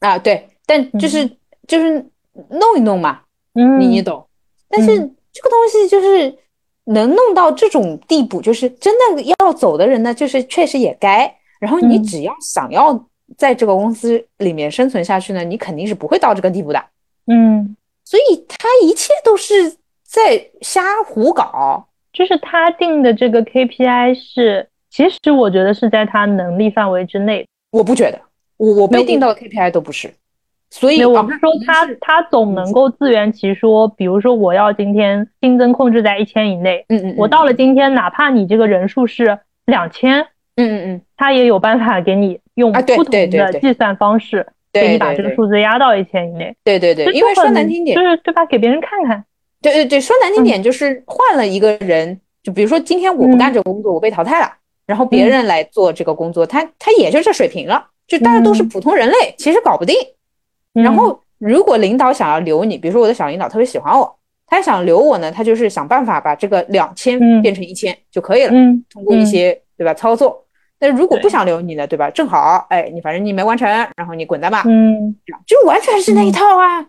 [SPEAKER 2] 啊，对，但就是、就是弄一弄嘛，
[SPEAKER 1] 嗯，
[SPEAKER 2] 你你懂。但是这个东西就是能弄到这种地步，就是真的要走的人呢，就是确实也该。然后你
[SPEAKER 1] 嗯
[SPEAKER 2] 只要想要在这个公司里面生存下去呢，你肯定是不会到这个地步的。
[SPEAKER 1] 嗯，
[SPEAKER 2] 所以他一切都是在瞎胡搞。
[SPEAKER 1] 就是他定的这个 KPI 是，其实我觉得是在他能力范围之内的。
[SPEAKER 2] 我不觉得，我我
[SPEAKER 1] 没
[SPEAKER 2] 被
[SPEAKER 1] 有
[SPEAKER 2] 定到的 KPI 都不是。所以
[SPEAKER 1] 没有，我
[SPEAKER 2] 啊
[SPEAKER 1] 不是说
[SPEAKER 2] 可能
[SPEAKER 1] 他
[SPEAKER 2] 是
[SPEAKER 1] 他总能够自圆其说，比如说我要今天新增控制在一千以内，
[SPEAKER 2] 嗯嗯，
[SPEAKER 1] 我
[SPEAKER 2] 嗯
[SPEAKER 1] 到了今天，哪怕你这个人数是两千，
[SPEAKER 2] 嗯嗯嗯，
[SPEAKER 1] 他也有办法给你用
[SPEAKER 2] 啊对
[SPEAKER 1] 不同
[SPEAKER 2] 对对
[SPEAKER 1] 的
[SPEAKER 2] 对
[SPEAKER 1] 计算方式，
[SPEAKER 2] 对
[SPEAKER 1] 给你把这个数字压到一千以内。
[SPEAKER 2] 对对对，
[SPEAKER 1] 这
[SPEAKER 2] 对因为
[SPEAKER 1] 就
[SPEAKER 2] 说
[SPEAKER 1] 很
[SPEAKER 2] 难听点
[SPEAKER 1] 就，是对吧？给别人看嗯看，
[SPEAKER 2] 对对对，说难听点
[SPEAKER 1] 嗯
[SPEAKER 2] 就是换了一个人，就比如说今天我不干这个工作，我被淘汰了，然后
[SPEAKER 1] 嗯
[SPEAKER 2] 别人来做这个工作，他他也就这水平了，就大家都是
[SPEAKER 1] 嗯
[SPEAKER 2] 普通人类，其实搞不定。然
[SPEAKER 1] 嗯
[SPEAKER 2] 后如果领导想要留你，比如说我的小领导特别喜欢我，他想留我呢，他就是想办法把这个两千
[SPEAKER 1] 嗯
[SPEAKER 2] 变成一千就可以了，
[SPEAKER 1] 嗯
[SPEAKER 2] 通过一些对吧操作。但如果不
[SPEAKER 1] 对
[SPEAKER 2] 想留你呢，对吧？正好，哎，你反正你没完成，然后你滚蛋吧，
[SPEAKER 1] 嗯，
[SPEAKER 2] 这样就完全是那一套啊。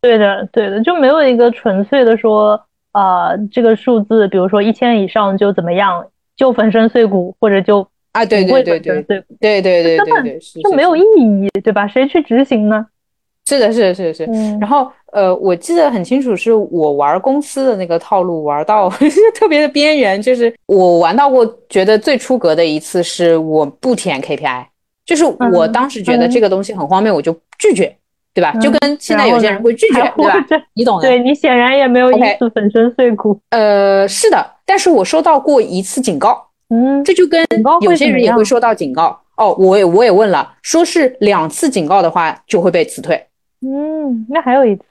[SPEAKER 1] 对的对的，就没有一个纯粹的说，呃，这个数字，比如说一千以上就怎么样，就粉身碎骨，或者就
[SPEAKER 2] 啊，对
[SPEAKER 1] 不
[SPEAKER 2] 对
[SPEAKER 1] 会
[SPEAKER 2] 对
[SPEAKER 1] 粉身
[SPEAKER 2] 对
[SPEAKER 1] 碎骨，
[SPEAKER 2] 对对对
[SPEAKER 1] 根
[SPEAKER 2] 对
[SPEAKER 1] 本
[SPEAKER 2] 对，是
[SPEAKER 1] 就是没有
[SPEAKER 2] 是
[SPEAKER 1] 意义，对吧？谁去执行呢？
[SPEAKER 2] 是的，是的，是的，是的。
[SPEAKER 1] 嗯
[SPEAKER 2] 然后呃，我记得很清楚，是我玩公司的那个套路玩到 特别的边缘，就是我玩到过觉得最出格的一次是我不填 KPI，就是我
[SPEAKER 1] 嗯
[SPEAKER 2] 当时觉得
[SPEAKER 1] 嗯
[SPEAKER 2] 这个东西很荒谬，我就拒绝，对吧？就
[SPEAKER 1] 嗯
[SPEAKER 2] 跟现在有些人会拒 绝，
[SPEAKER 1] 还
[SPEAKER 2] 对
[SPEAKER 1] 活
[SPEAKER 2] 吧？
[SPEAKER 1] 着，
[SPEAKER 2] 你懂的。
[SPEAKER 1] 对你显然也没有因
[SPEAKER 2] OK
[SPEAKER 1] 此粉身碎骨。
[SPEAKER 2] 呃，是的，但是我收到过一次警告，
[SPEAKER 1] 嗯，
[SPEAKER 2] 这就跟
[SPEAKER 1] 警告会
[SPEAKER 2] 有
[SPEAKER 1] 怎
[SPEAKER 2] 些
[SPEAKER 1] 么
[SPEAKER 2] 人也
[SPEAKER 1] 样
[SPEAKER 2] 会收到警告。哦，我也我也问了，说是两次警告的话就会被辞退。
[SPEAKER 1] 嗯，那还有一次，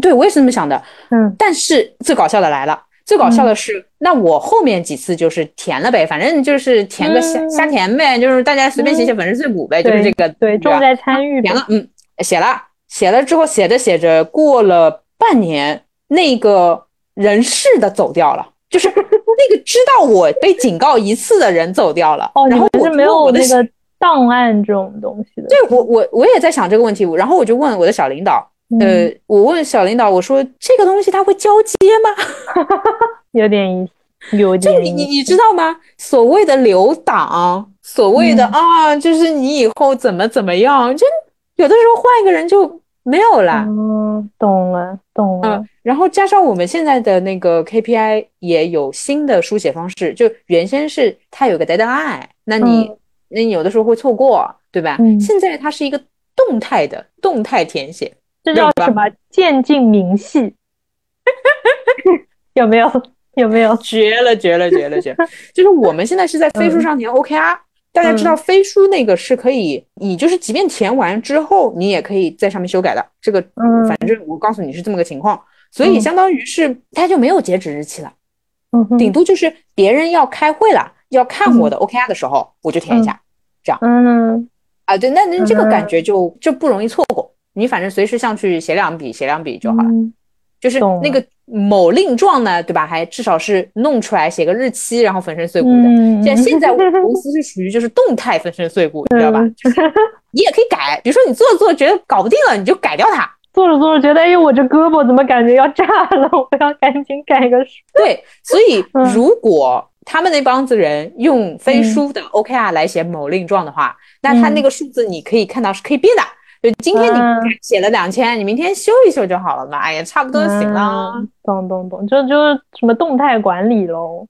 [SPEAKER 2] 对，我也是这么想的。
[SPEAKER 1] 嗯
[SPEAKER 2] 但是最搞笑的来了，最搞笑的是，那我后面几次就是填了呗，反正就是填个瞎
[SPEAKER 1] 嗯
[SPEAKER 2] 瞎填呗，就是大家随便写写粉身碎骨呗，就是这个
[SPEAKER 1] 对，
[SPEAKER 2] 对吧啊
[SPEAKER 1] 重在参与
[SPEAKER 2] 填
[SPEAKER 1] 吧。
[SPEAKER 2] 了，嗯，写了，写了之后写着写着，过了半年，那个人事的走掉了，就是那个知道我被警告一次的人走掉了，
[SPEAKER 1] 哦，你
[SPEAKER 2] 然后
[SPEAKER 1] 们
[SPEAKER 2] 我
[SPEAKER 1] 是
[SPEAKER 2] 就
[SPEAKER 1] 没
[SPEAKER 2] 问
[SPEAKER 1] 有
[SPEAKER 2] 我的
[SPEAKER 1] 那个档案这种东西的。
[SPEAKER 2] 对我我我也在想这个问题，然后我就问我的小领导，
[SPEAKER 1] 嗯，
[SPEAKER 2] 呃，我问小领导，我说这个东西它会交接吗？
[SPEAKER 1] 有点意思，有
[SPEAKER 2] 就
[SPEAKER 1] 点
[SPEAKER 2] 你你
[SPEAKER 1] 意思。
[SPEAKER 2] 你知道吗？所谓的留档，所谓的
[SPEAKER 1] 嗯
[SPEAKER 2] 啊，就是你以后怎么怎么样，就有的时候换一个人就没有啦。
[SPEAKER 1] 嗯，懂了，懂了
[SPEAKER 2] 嗯。然后加上我们现在的那个 KPI 也有新的书写方式，就原先是它有个 deadline，那你、
[SPEAKER 1] 嗯
[SPEAKER 2] 那你有的时候会错过，对吧？
[SPEAKER 1] 嗯
[SPEAKER 2] 现在它是一个动态的动态填写，
[SPEAKER 1] 这叫
[SPEAKER 2] 有吧
[SPEAKER 1] 什么？渐进明 细，有没有？有没有？嗯
[SPEAKER 2] 绝了，绝了，绝了，绝了！就是我们现在是在飞书上填 OKR，、啊大家知道飞书那个是可以，你就是即便填完之后，你也可以在上面修改的。这个
[SPEAKER 1] 嗯
[SPEAKER 2] 反正我告诉你是这么个情况，所以相当于是它就没有截止日期了，
[SPEAKER 1] 嗯哼，
[SPEAKER 2] 顶多就是别人要开会了，要看我的 OKR 的时候，我就填一下
[SPEAKER 1] 嗯
[SPEAKER 2] 啊。对，那那这个感觉就就不容易错过，你反正随时上去写两笔，写两笔就好了。
[SPEAKER 1] 嗯
[SPEAKER 2] 就是
[SPEAKER 1] 懂了
[SPEAKER 2] 那个某令状呢，对吧？还至少是弄出来写个日期，然后粉身碎骨的。
[SPEAKER 1] 嗯，
[SPEAKER 2] 现在现在我们 公司是属于就是动态粉身碎骨，你知道吧？就是
[SPEAKER 1] 嗯
[SPEAKER 2] 你也可以改，比如说你做着做着觉得搞不定了，你就改掉它。
[SPEAKER 1] 做着做着觉得，哎，我这胳膊怎么感觉要炸了？ 我要赶紧改个手。
[SPEAKER 2] 对，所以
[SPEAKER 1] 嗯
[SPEAKER 2] 如果他们那帮子人用飞书的 OKR 来写某令状的话，那他那个数字你可以看到是可以变的。就今天
[SPEAKER 1] 嗯
[SPEAKER 2] 你写了两千，你明天修一修就好了嘛，哎呀，差不多就行了。
[SPEAKER 1] 嗯懂懂懂，就就是什么动态管理喽。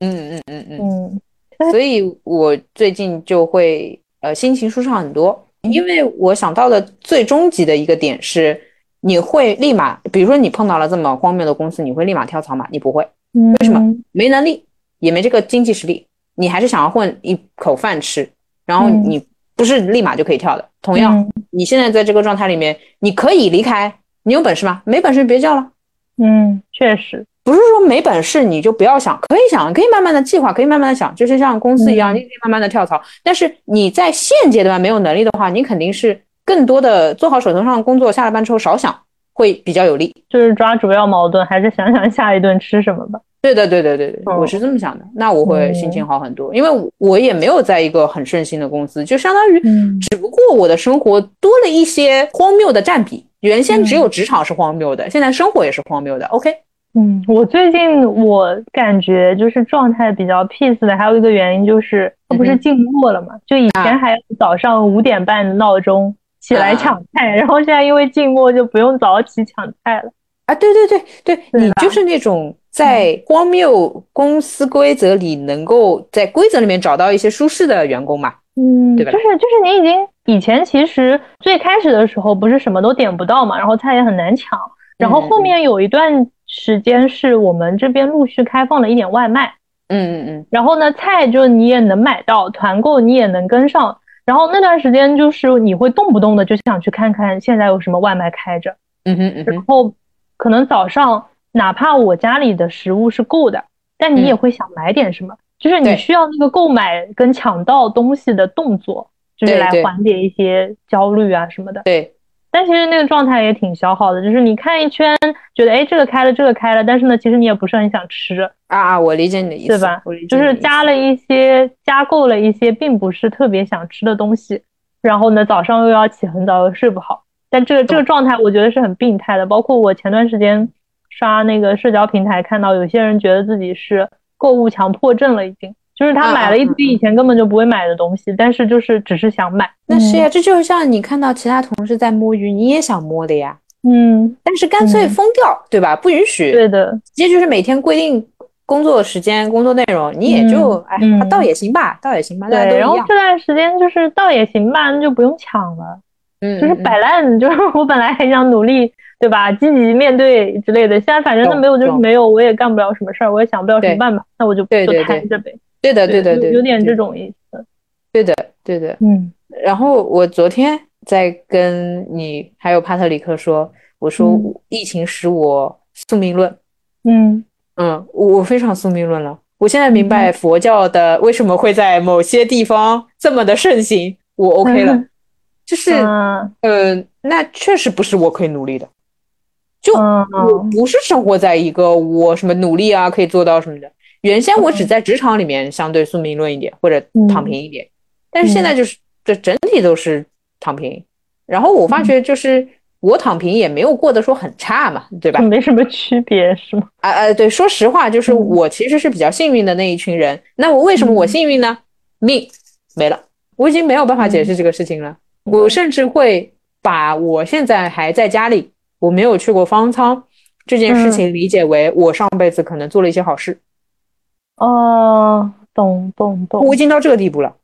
[SPEAKER 2] 嗯嗯嗯嗯。
[SPEAKER 1] 嗯
[SPEAKER 2] 所以我最近就会呃心情舒畅很多，因为我想到的最终极的一个点是，你会立马，比如说你碰到了这么荒谬的公司，你会立马跳槽吗？你不会，
[SPEAKER 1] 嗯，为
[SPEAKER 2] 什么？没能力，也没这个经济实力，你还是想要混一口饭吃，然后
[SPEAKER 1] 嗯
[SPEAKER 2] 你不是立马就可以跳的。同样，你现在在这个状态里面，你可以离开，你有本事吗？没本事别叫了。
[SPEAKER 1] 嗯，确实，
[SPEAKER 2] 不是说没本事你就不要想，可以想，可以慢慢的计划，可以慢慢的想，就是像公司一样，
[SPEAKER 1] 嗯
[SPEAKER 2] 你可以慢慢的跳槽。但是你在现阶段没有能力的话，你肯定是更多的做好手头上的工作，下了班之后少想会比较有利。
[SPEAKER 1] 就是抓主要矛盾，还是想想下一顿吃什么吧。
[SPEAKER 2] 对的，对对对对，
[SPEAKER 1] 哦
[SPEAKER 2] 我是这么想的。那我会心情好很多，因为我我也没有在一个很顺心的公司，就相当于
[SPEAKER 1] 嗯
[SPEAKER 2] 只不过我的生活多了一些荒谬的占比。原先只有职场是荒谬的，现在生活也是荒谬的。OK，
[SPEAKER 1] 嗯，我最近我感觉就是状态比较 peace 的，还有一个原因就是它不
[SPEAKER 2] 嗯
[SPEAKER 1] 是
[SPEAKER 2] 哼
[SPEAKER 1] 静默了嘛，就以前还要早上五点半闹钟起来
[SPEAKER 2] 啊
[SPEAKER 1] 抢菜，然后现在因为静默就不用早起抢菜了。
[SPEAKER 2] 啊，对对对对，
[SPEAKER 1] 对
[SPEAKER 2] 你
[SPEAKER 1] 吧嗯
[SPEAKER 2] 就是那种在荒谬公司规则里能够在规则里面找到一些舒适的员工嘛？
[SPEAKER 1] 嗯，
[SPEAKER 2] 对吧
[SPEAKER 1] 就是就是你已经以前其实最开始的时候不是什么都点不到嘛，然后菜也很难抢，
[SPEAKER 2] 嗯
[SPEAKER 1] 然后后面有一段时间是我们这边陆续开放了一点外卖，
[SPEAKER 2] 嗯嗯嗯，
[SPEAKER 1] 然后呢菜就你也能买到，团购你也能跟上，然后那段时间就是你会动不动的就想去看看现在有什么外卖开着，
[SPEAKER 2] 嗯哼嗯
[SPEAKER 1] 然
[SPEAKER 2] 哼，
[SPEAKER 1] 后可能早上哪怕我家里的食物是够的，但你也
[SPEAKER 2] 嗯
[SPEAKER 1] 会想买点什么，就是你
[SPEAKER 2] 对
[SPEAKER 1] 需要那个购买跟抢到东西的动作，就是
[SPEAKER 2] 对
[SPEAKER 1] 来
[SPEAKER 2] 对
[SPEAKER 1] 缓解一些焦虑啊什么的。
[SPEAKER 2] 对，
[SPEAKER 1] 但其实那个状态也挺消耗的，就是你看一圈，觉得哎这个开了这个开了，但是呢其实你也不是很想吃，
[SPEAKER 2] 啊啊，我理解你的意思，
[SPEAKER 1] 对吧
[SPEAKER 2] 我理解
[SPEAKER 1] 就
[SPEAKER 2] 你的
[SPEAKER 1] 是
[SPEAKER 2] 意思
[SPEAKER 1] 加了一些加购了一些并不是特别想吃的东西，然后呢早上又要起很早又睡不好，但这个
[SPEAKER 2] 哦
[SPEAKER 1] 这个状态我觉得是很病态的。包括我前段时间刷那个社交平台看到有些人觉得自己是购物强迫症了，已经就是他
[SPEAKER 2] 嗯
[SPEAKER 1] 买了一
[SPEAKER 2] 嗯
[SPEAKER 1] 堆以前根本就不会买的东西，但是就是只是想买。
[SPEAKER 2] 那是呀，这就是像你看到其他同事在摸鱼，你也想摸的呀，
[SPEAKER 1] 嗯，
[SPEAKER 2] 但是干脆
[SPEAKER 1] 嗯
[SPEAKER 2] 封掉，对吧？不允许，
[SPEAKER 1] 对的，
[SPEAKER 2] 直接就是每天规定工作时间、工作内容，你也就哎
[SPEAKER 1] 嗯，
[SPEAKER 2] 倒也行吧，倒也行吧，大家都
[SPEAKER 1] 对。
[SPEAKER 2] 一
[SPEAKER 1] 然后
[SPEAKER 2] 样，
[SPEAKER 1] 这段时间就是倒也行吧，那就不用抢了。
[SPEAKER 2] 嗯，
[SPEAKER 1] 就是
[SPEAKER 2] 嗯
[SPEAKER 1] 摆烂， 就是我本来还想努力，对吧？积极面对之类的，现在反正那
[SPEAKER 2] 懂
[SPEAKER 1] 没有就是
[SPEAKER 2] 懂
[SPEAKER 1] 没有，我也干不了什么事儿，我也想不了什么
[SPEAKER 2] 对
[SPEAKER 1] 办法，那我就
[SPEAKER 2] 对
[SPEAKER 1] 就
[SPEAKER 2] 对对
[SPEAKER 1] 摊着呗。
[SPEAKER 2] 对的，对的，
[SPEAKER 1] 有
[SPEAKER 2] 对的，
[SPEAKER 1] 有点
[SPEAKER 2] 对
[SPEAKER 1] 这
[SPEAKER 2] 的，
[SPEAKER 1] 种意思。
[SPEAKER 2] 对的，对的。
[SPEAKER 1] 嗯
[SPEAKER 2] 然后我昨天在跟你还有帕特里克说，我说
[SPEAKER 1] 嗯
[SPEAKER 2] 疫情使我宿命论，
[SPEAKER 1] 嗯
[SPEAKER 2] 嗯，我非常宿命论了。我现在明白佛教的为什么会在某些地方这么的盛行，我 OK 了
[SPEAKER 1] 嗯，
[SPEAKER 2] 就是
[SPEAKER 1] 嗯
[SPEAKER 2] 嗯，那确实不是我可以努力的，就
[SPEAKER 1] 嗯
[SPEAKER 2] 我不是生活在一个我什么努力啊可以做到什么的。原先我只在职场里面相对宿命论一点，或者躺平一点，但是现在就是这整体都是躺平。然后我发觉就是我躺平也没有过得说很差嘛，对吧？
[SPEAKER 1] 嗯，没什么区别是吗？
[SPEAKER 2] 啊啊，对，说实话，就是
[SPEAKER 1] 嗯
[SPEAKER 2] 我其实是比较幸运的那一群人。那我为什么我幸运呢？命没了，我已经没有办法解
[SPEAKER 1] 嗯
[SPEAKER 2] 释这个事情了。我甚至会把我现在还在家里，我没有去过方舱这件
[SPEAKER 1] 嗯
[SPEAKER 2] 事情理解为我上辈子可能做了一些好事。
[SPEAKER 1] 哦，懂懂懂
[SPEAKER 2] 我，已经到这个地步了，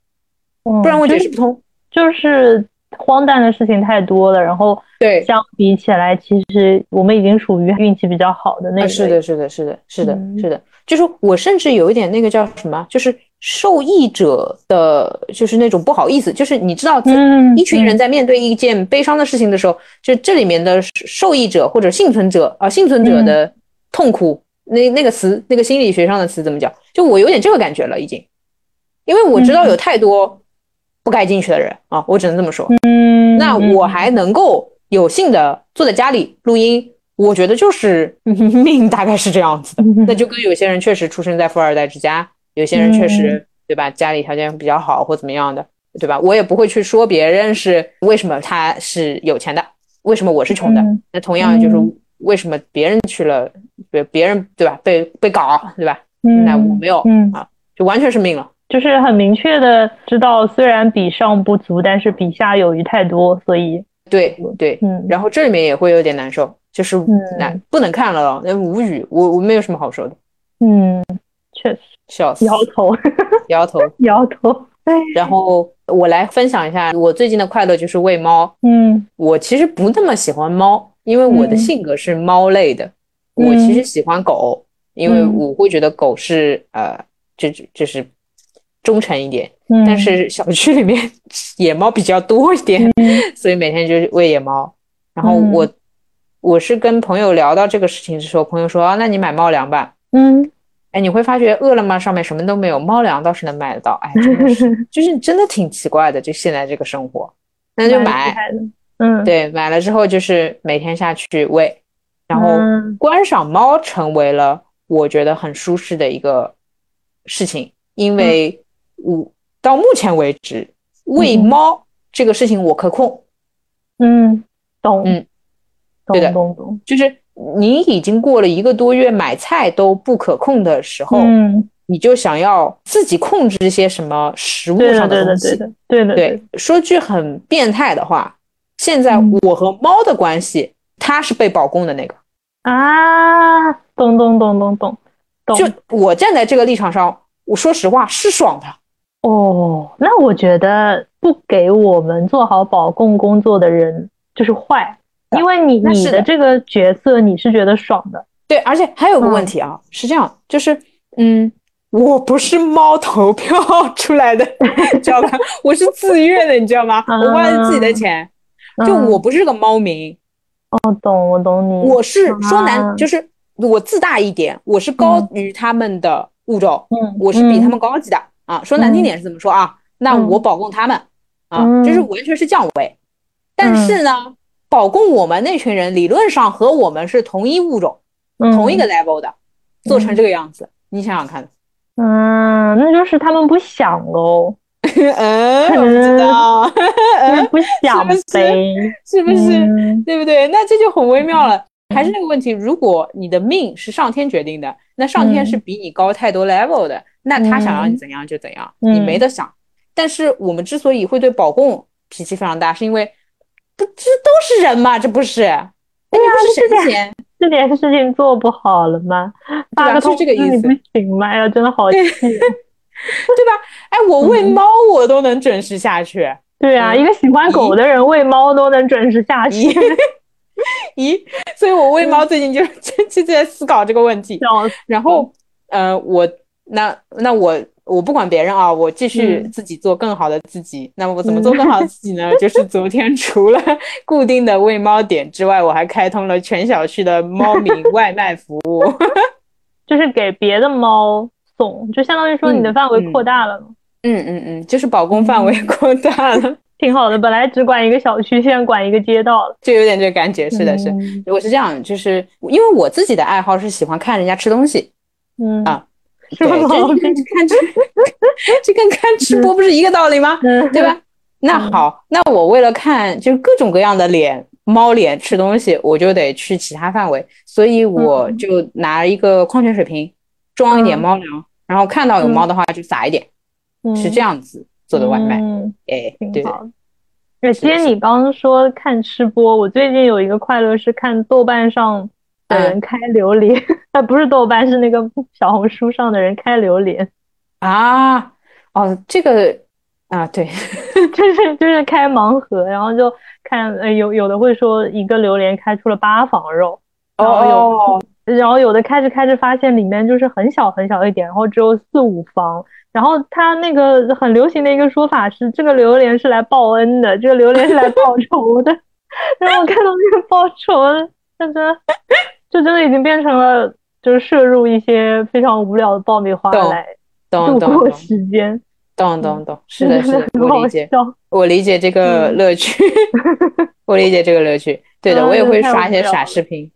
[SPEAKER 1] 不
[SPEAKER 2] 不然我解释不通。
[SPEAKER 1] 就是荒诞的事情太多了，然后
[SPEAKER 2] 对，
[SPEAKER 1] 相比起来，其实我们已经属于运气比较好的那
[SPEAKER 2] 啊，
[SPEAKER 1] 一
[SPEAKER 2] 是
[SPEAKER 1] 类
[SPEAKER 2] 的，是的，是的，是的，
[SPEAKER 1] 嗯
[SPEAKER 2] 是的，就是我甚至有一点那个叫什么，就是受益者的就是那种不好意思，就是你知道，
[SPEAKER 1] 嗯
[SPEAKER 2] 一群人在面对一件悲伤的事情的时候，就这里面的受益者或者幸存者啊，幸存者
[SPEAKER 1] 嗯
[SPEAKER 2] 的痛苦，那那个词，那个心理学上的词怎么讲？就我有点这个感觉了，已经，因为我知道有太多不该进去的人啊，我只能这么说。
[SPEAKER 1] 嗯，
[SPEAKER 2] 那
[SPEAKER 1] 嗯
[SPEAKER 2] 我还能够有幸的坐在家里录音，我觉得就是嗯命大概是这样子的。
[SPEAKER 1] 嗯
[SPEAKER 2] 那就跟有些人确实出生在富二代之家，有些人确
[SPEAKER 1] 嗯
[SPEAKER 2] 实、对吧，家里条件比较好或怎么样的，对吧？我也不会去说别人是为什么他是有钱的，为什么我是穷的。
[SPEAKER 1] 嗯
[SPEAKER 2] 那同样就是
[SPEAKER 1] 嗯
[SPEAKER 2] 为什么别人去了，别别人对吧，被被搞对吧？
[SPEAKER 1] 嗯
[SPEAKER 2] 那我没有
[SPEAKER 1] 嗯，
[SPEAKER 2] 就完全是命了。
[SPEAKER 1] 就是很明确的知道，虽然比上不足，但是比下有余太多，所以
[SPEAKER 2] 对对，
[SPEAKER 1] 嗯
[SPEAKER 2] 然后这里面也会有点难受，就是难、不能看了咯，那无语，我我没有什么好说的，
[SPEAKER 1] 嗯，确实
[SPEAKER 2] 笑死，
[SPEAKER 1] 摇头
[SPEAKER 2] 摇头。
[SPEAKER 1] 摇 头，哎，
[SPEAKER 2] 然后我来分享一下我最近的快乐，就是喂猫。
[SPEAKER 1] 嗯
[SPEAKER 2] 我其实不那么喜欢猫，因为我的
[SPEAKER 1] 嗯
[SPEAKER 2] 性格是猫类的。我其实喜欢狗，因为
[SPEAKER 1] 嗯
[SPEAKER 2] 我会觉得狗是呃，就就就是忠诚一点。
[SPEAKER 1] 嗯，嗯
[SPEAKER 2] 但是小区里面野猫比较多一点， 所以每天就是喂野猫。然后我、我是跟朋友聊到这个事情的时候，朋友说啊，那你买猫粮吧。
[SPEAKER 1] 嗯
[SPEAKER 2] 哎，你会发觉饿了么上面什么都没有，猫粮倒是能买得到。哎，真的是，就是真的挺奇怪的，就现在这个生活。那就
[SPEAKER 1] 蛮厉
[SPEAKER 2] 买，
[SPEAKER 1] 害的，嗯，
[SPEAKER 2] 对，买了之后就是每天下去喂，然后
[SPEAKER 1] 嗯
[SPEAKER 2] 观赏猫成为了我觉得很舒适的一个事情，因为我到目前为止喂
[SPEAKER 1] 嗯
[SPEAKER 2] 猫这个事情我可控，
[SPEAKER 1] 嗯，懂，
[SPEAKER 2] 嗯
[SPEAKER 1] 懂，
[SPEAKER 2] 对的
[SPEAKER 1] 懂懂，
[SPEAKER 2] 就是你已经过了一个多月买菜都不可控的时候，
[SPEAKER 1] 嗯，
[SPEAKER 2] 你就想要自己控制一些什么食物
[SPEAKER 1] 对的，
[SPEAKER 2] 上
[SPEAKER 1] 对的，
[SPEAKER 2] 东西
[SPEAKER 1] 对。的，对的，嗯
[SPEAKER 2] 对，说句很变态的话，现在我和猫的关系，它是被保供的那个。
[SPEAKER 1] 啊，懂懂懂懂懂懂，
[SPEAKER 2] 就我站在这个立场上，我说实话是爽的。
[SPEAKER 1] 哦，那我觉得不给我们做好保供工作的人就是坏，因为你
[SPEAKER 2] 那
[SPEAKER 1] 你
[SPEAKER 2] 是的
[SPEAKER 1] 的这个角色你是觉得爽的，
[SPEAKER 2] 对，而且还有
[SPEAKER 1] 嗯
[SPEAKER 2] 个问题啊，是这样，就是嗯，我不是猫投票出来 的，你知道吧？我是自愿的，你知道吗？
[SPEAKER 1] 啊
[SPEAKER 2] 我花的自己的钱，就
[SPEAKER 1] 嗯
[SPEAKER 2] 我不是个猫民，
[SPEAKER 1] 我懂，我懂你，
[SPEAKER 2] 我是说难，
[SPEAKER 1] 啊
[SPEAKER 2] 就是我自大一点，我是高于他们的物种。
[SPEAKER 1] 嗯，
[SPEAKER 2] 我是比他
[SPEAKER 1] 嗯
[SPEAKER 2] 们高级的、啊。说难听点是怎么说啊？那我保供他们、啊，
[SPEAKER 1] 嗯
[SPEAKER 2] 就是完全是降维。但是呢，保供我们那群人理论上和我们是同一物种、
[SPEAKER 1] 嗯
[SPEAKER 2] 同一个 level 的，做成这个样子，你想想看。
[SPEAKER 1] 嗯，嗯，那就是他们不想喽，
[SPEAKER 2] 嗯，我不知道，
[SPEAKER 1] 就是
[SPEAKER 2] 嗯
[SPEAKER 1] 不想
[SPEAKER 2] 是不是
[SPEAKER 1] 呗，
[SPEAKER 2] 是不是？
[SPEAKER 1] 嗯
[SPEAKER 2] 对不对？那这就很微妙了。还是那个问题，如果你的命是上天决定的，那上天是比你高太多 level 的，那他想让你怎样就怎样，
[SPEAKER 1] 嗯嗯
[SPEAKER 2] 你没得想。但是我们之所以会对保供脾气非常大，是因为不这都是人嘛，这不是？哎，你不是神仙，
[SPEAKER 1] 啊这点事情做不好了吗？发
[SPEAKER 2] 吧
[SPEAKER 1] 个
[SPEAKER 2] 啊是
[SPEAKER 1] 通
[SPEAKER 2] 这个
[SPEAKER 1] 知
[SPEAKER 2] 意
[SPEAKER 1] 你
[SPEAKER 2] 思
[SPEAKER 1] 不行吗？哎呀，真的好气。
[SPEAKER 2] 哎，我喂
[SPEAKER 1] 嗯
[SPEAKER 2] 猫我都能准时下去。
[SPEAKER 1] 对啊，
[SPEAKER 2] 嗯
[SPEAKER 1] 一个喜欢狗
[SPEAKER 2] 咦
[SPEAKER 1] 的 人喂猫都能准时下去，
[SPEAKER 2] 咦咦，所以我喂
[SPEAKER 1] 嗯
[SPEAKER 2] 猫最近就 就就在思考这个问题。
[SPEAKER 1] 笑死。
[SPEAKER 2] 然后，呃，我那那我我不管别人啊，我继续
[SPEAKER 1] 嗯
[SPEAKER 2] 自己做更好的自己。那么我怎么做更好的自己呢？ 就是昨天除了固定的喂猫点之外，我还开通了全小区的猫 民外卖服务。
[SPEAKER 1] 就是给别的猫送，就相当于说你的范围扩大了，
[SPEAKER 2] 嗯嗯嗯，就是保供范围扩大了，
[SPEAKER 1] 挺好的。本来只管一个小区，现在管一个街道了。
[SPEAKER 2] 就有点这个感觉。是的，是。
[SPEAKER 1] 嗯
[SPEAKER 2] 我是这样，就是因为我自己的爱好是喜欢看人家吃东西，
[SPEAKER 1] 嗯
[SPEAKER 2] 啊，
[SPEAKER 1] 是吗
[SPEAKER 2] 对，？ 这跟看吃，这跟看吃播不是一个道理吗？
[SPEAKER 1] 嗯
[SPEAKER 2] 对？吧？那好，那我为了看就是各种各样的脸，猫脸吃东西，我就得去其他范围，所以
[SPEAKER 1] 嗯
[SPEAKER 2] 我就拿一个矿泉水瓶装一点
[SPEAKER 1] 嗯
[SPEAKER 2] 猫粮，然后看到有猫的话就撒一点，
[SPEAKER 1] 嗯
[SPEAKER 2] 是这样子做的外卖。
[SPEAKER 1] 嗯，
[SPEAKER 2] 哎，对
[SPEAKER 1] 挺
[SPEAKER 2] 的，
[SPEAKER 1] 好的。哎，
[SPEAKER 2] 是
[SPEAKER 1] 今
[SPEAKER 2] 的
[SPEAKER 1] 天你刚刚说看吃播，我最近有一个快乐是看豆瓣上的
[SPEAKER 2] 嗯
[SPEAKER 1] 人开榴莲， 啊，不是豆瓣，是那个小红书上的人开榴莲，
[SPEAKER 2] 啊，哦，这个啊，对，
[SPEAKER 1] 就是就是开盲盒，然后就看，呃，有有的会说一个榴莲开出了八房肉，然后有
[SPEAKER 2] 哦，
[SPEAKER 1] 然后有的开着开着发现里面就是很小很小一点，然后只有四五房。然后他那个很流行的一个说法是，这个榴莲是来报恩的，这个榴莲是来报仇的。 然后我看到那个报仇的，就真的，就真的已经变成了就是摄入一些非常无聊的爆米花来
[SPEAKER 2] 懂
[SPEAKER 1] 度
[SPEAKER 2] 懂
[SPEAKER 1] 过
[SPEAKER 2] 懂
[SPEAKER 1] 时间，
[SPEAKER 2] 懂懂 懂，是的，是的，
[SPEAKER 1] 很
[SPEAKER 2] 我
[SPEAKER 1] 好
[SPEAKER 2] 理解，
[SPEAKER 1] 笑。
[SPEAKER 2] 我理解这个
[SPEAKER 1] 嗯
[SPEAKER 2] 乐趣， 我理解这个乐趣。对的，
[SPEAKER 1] 啊
[SPEAKER 2] 我也
[SPEAKER 1] 真的
[SPEAKER 2] 会
[SPEAKER 1] 太
[SPEAKER 2] 刷一
[SPEAKER 1] 无
[SPEAKER 2] 些
[SPEAKER 1] 聊
[SPEAKER 2] 傻
[SPEAKER 1] 了
[SPEAKER 2] 视频，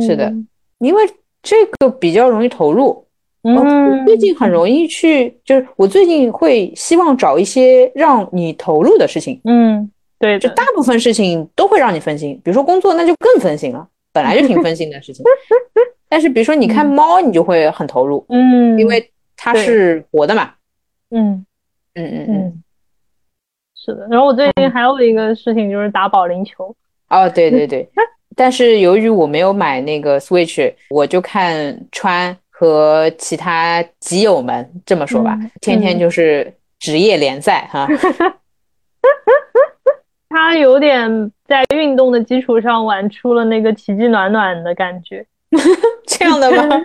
[SPEAKER 2] 是的
[SPEAKER 1] 嗯，
[SPEAKER 2] 因为这个比较容易投入。我哦我
[SPEAKER 1] 嗯，
[SPEAKER 2] 最近很容易去，就是我最近会希望找一些让你投入的事情，
[SPEAKER 1] 嗯，对
[SPEAKER 2] 就
[SPEAKER 1] 的，
[SPEAKER 2] 大部分事情都会让你分心，比如说工作，那就更分心了，本来就挺分心 的事情。但是比如说你看猫，你就会很投入，
[SPEAKER 1] 嗯，
[SPEAKER 2] 因为它
[SPEAKER 1] 对
[SPEAKER 2] 是活的嘛。
[SPEAKER 1] 嗯
[SPEAKER 2] 嗯嗯嗯。
[SPEAKER 1] 嗯，是的。然后我最近还有一个事情就是打保龄球，
[SPEAKER 2] 哦，对对对。但是由于我没有买那个 Switch，我就看川和其他基友们这么说吧，
[SPEAKER 1] 嗯
[SPEAKER 2] 天天
[SPEAKER 1] 嗯
[SPEAKER 2] 就是职业联赛哈。
[SPEAKER 1] 它有点在运动的基础上玩出了那个奇迹暖暖的感觉。
[SPEAKER 2] 这样的 吗？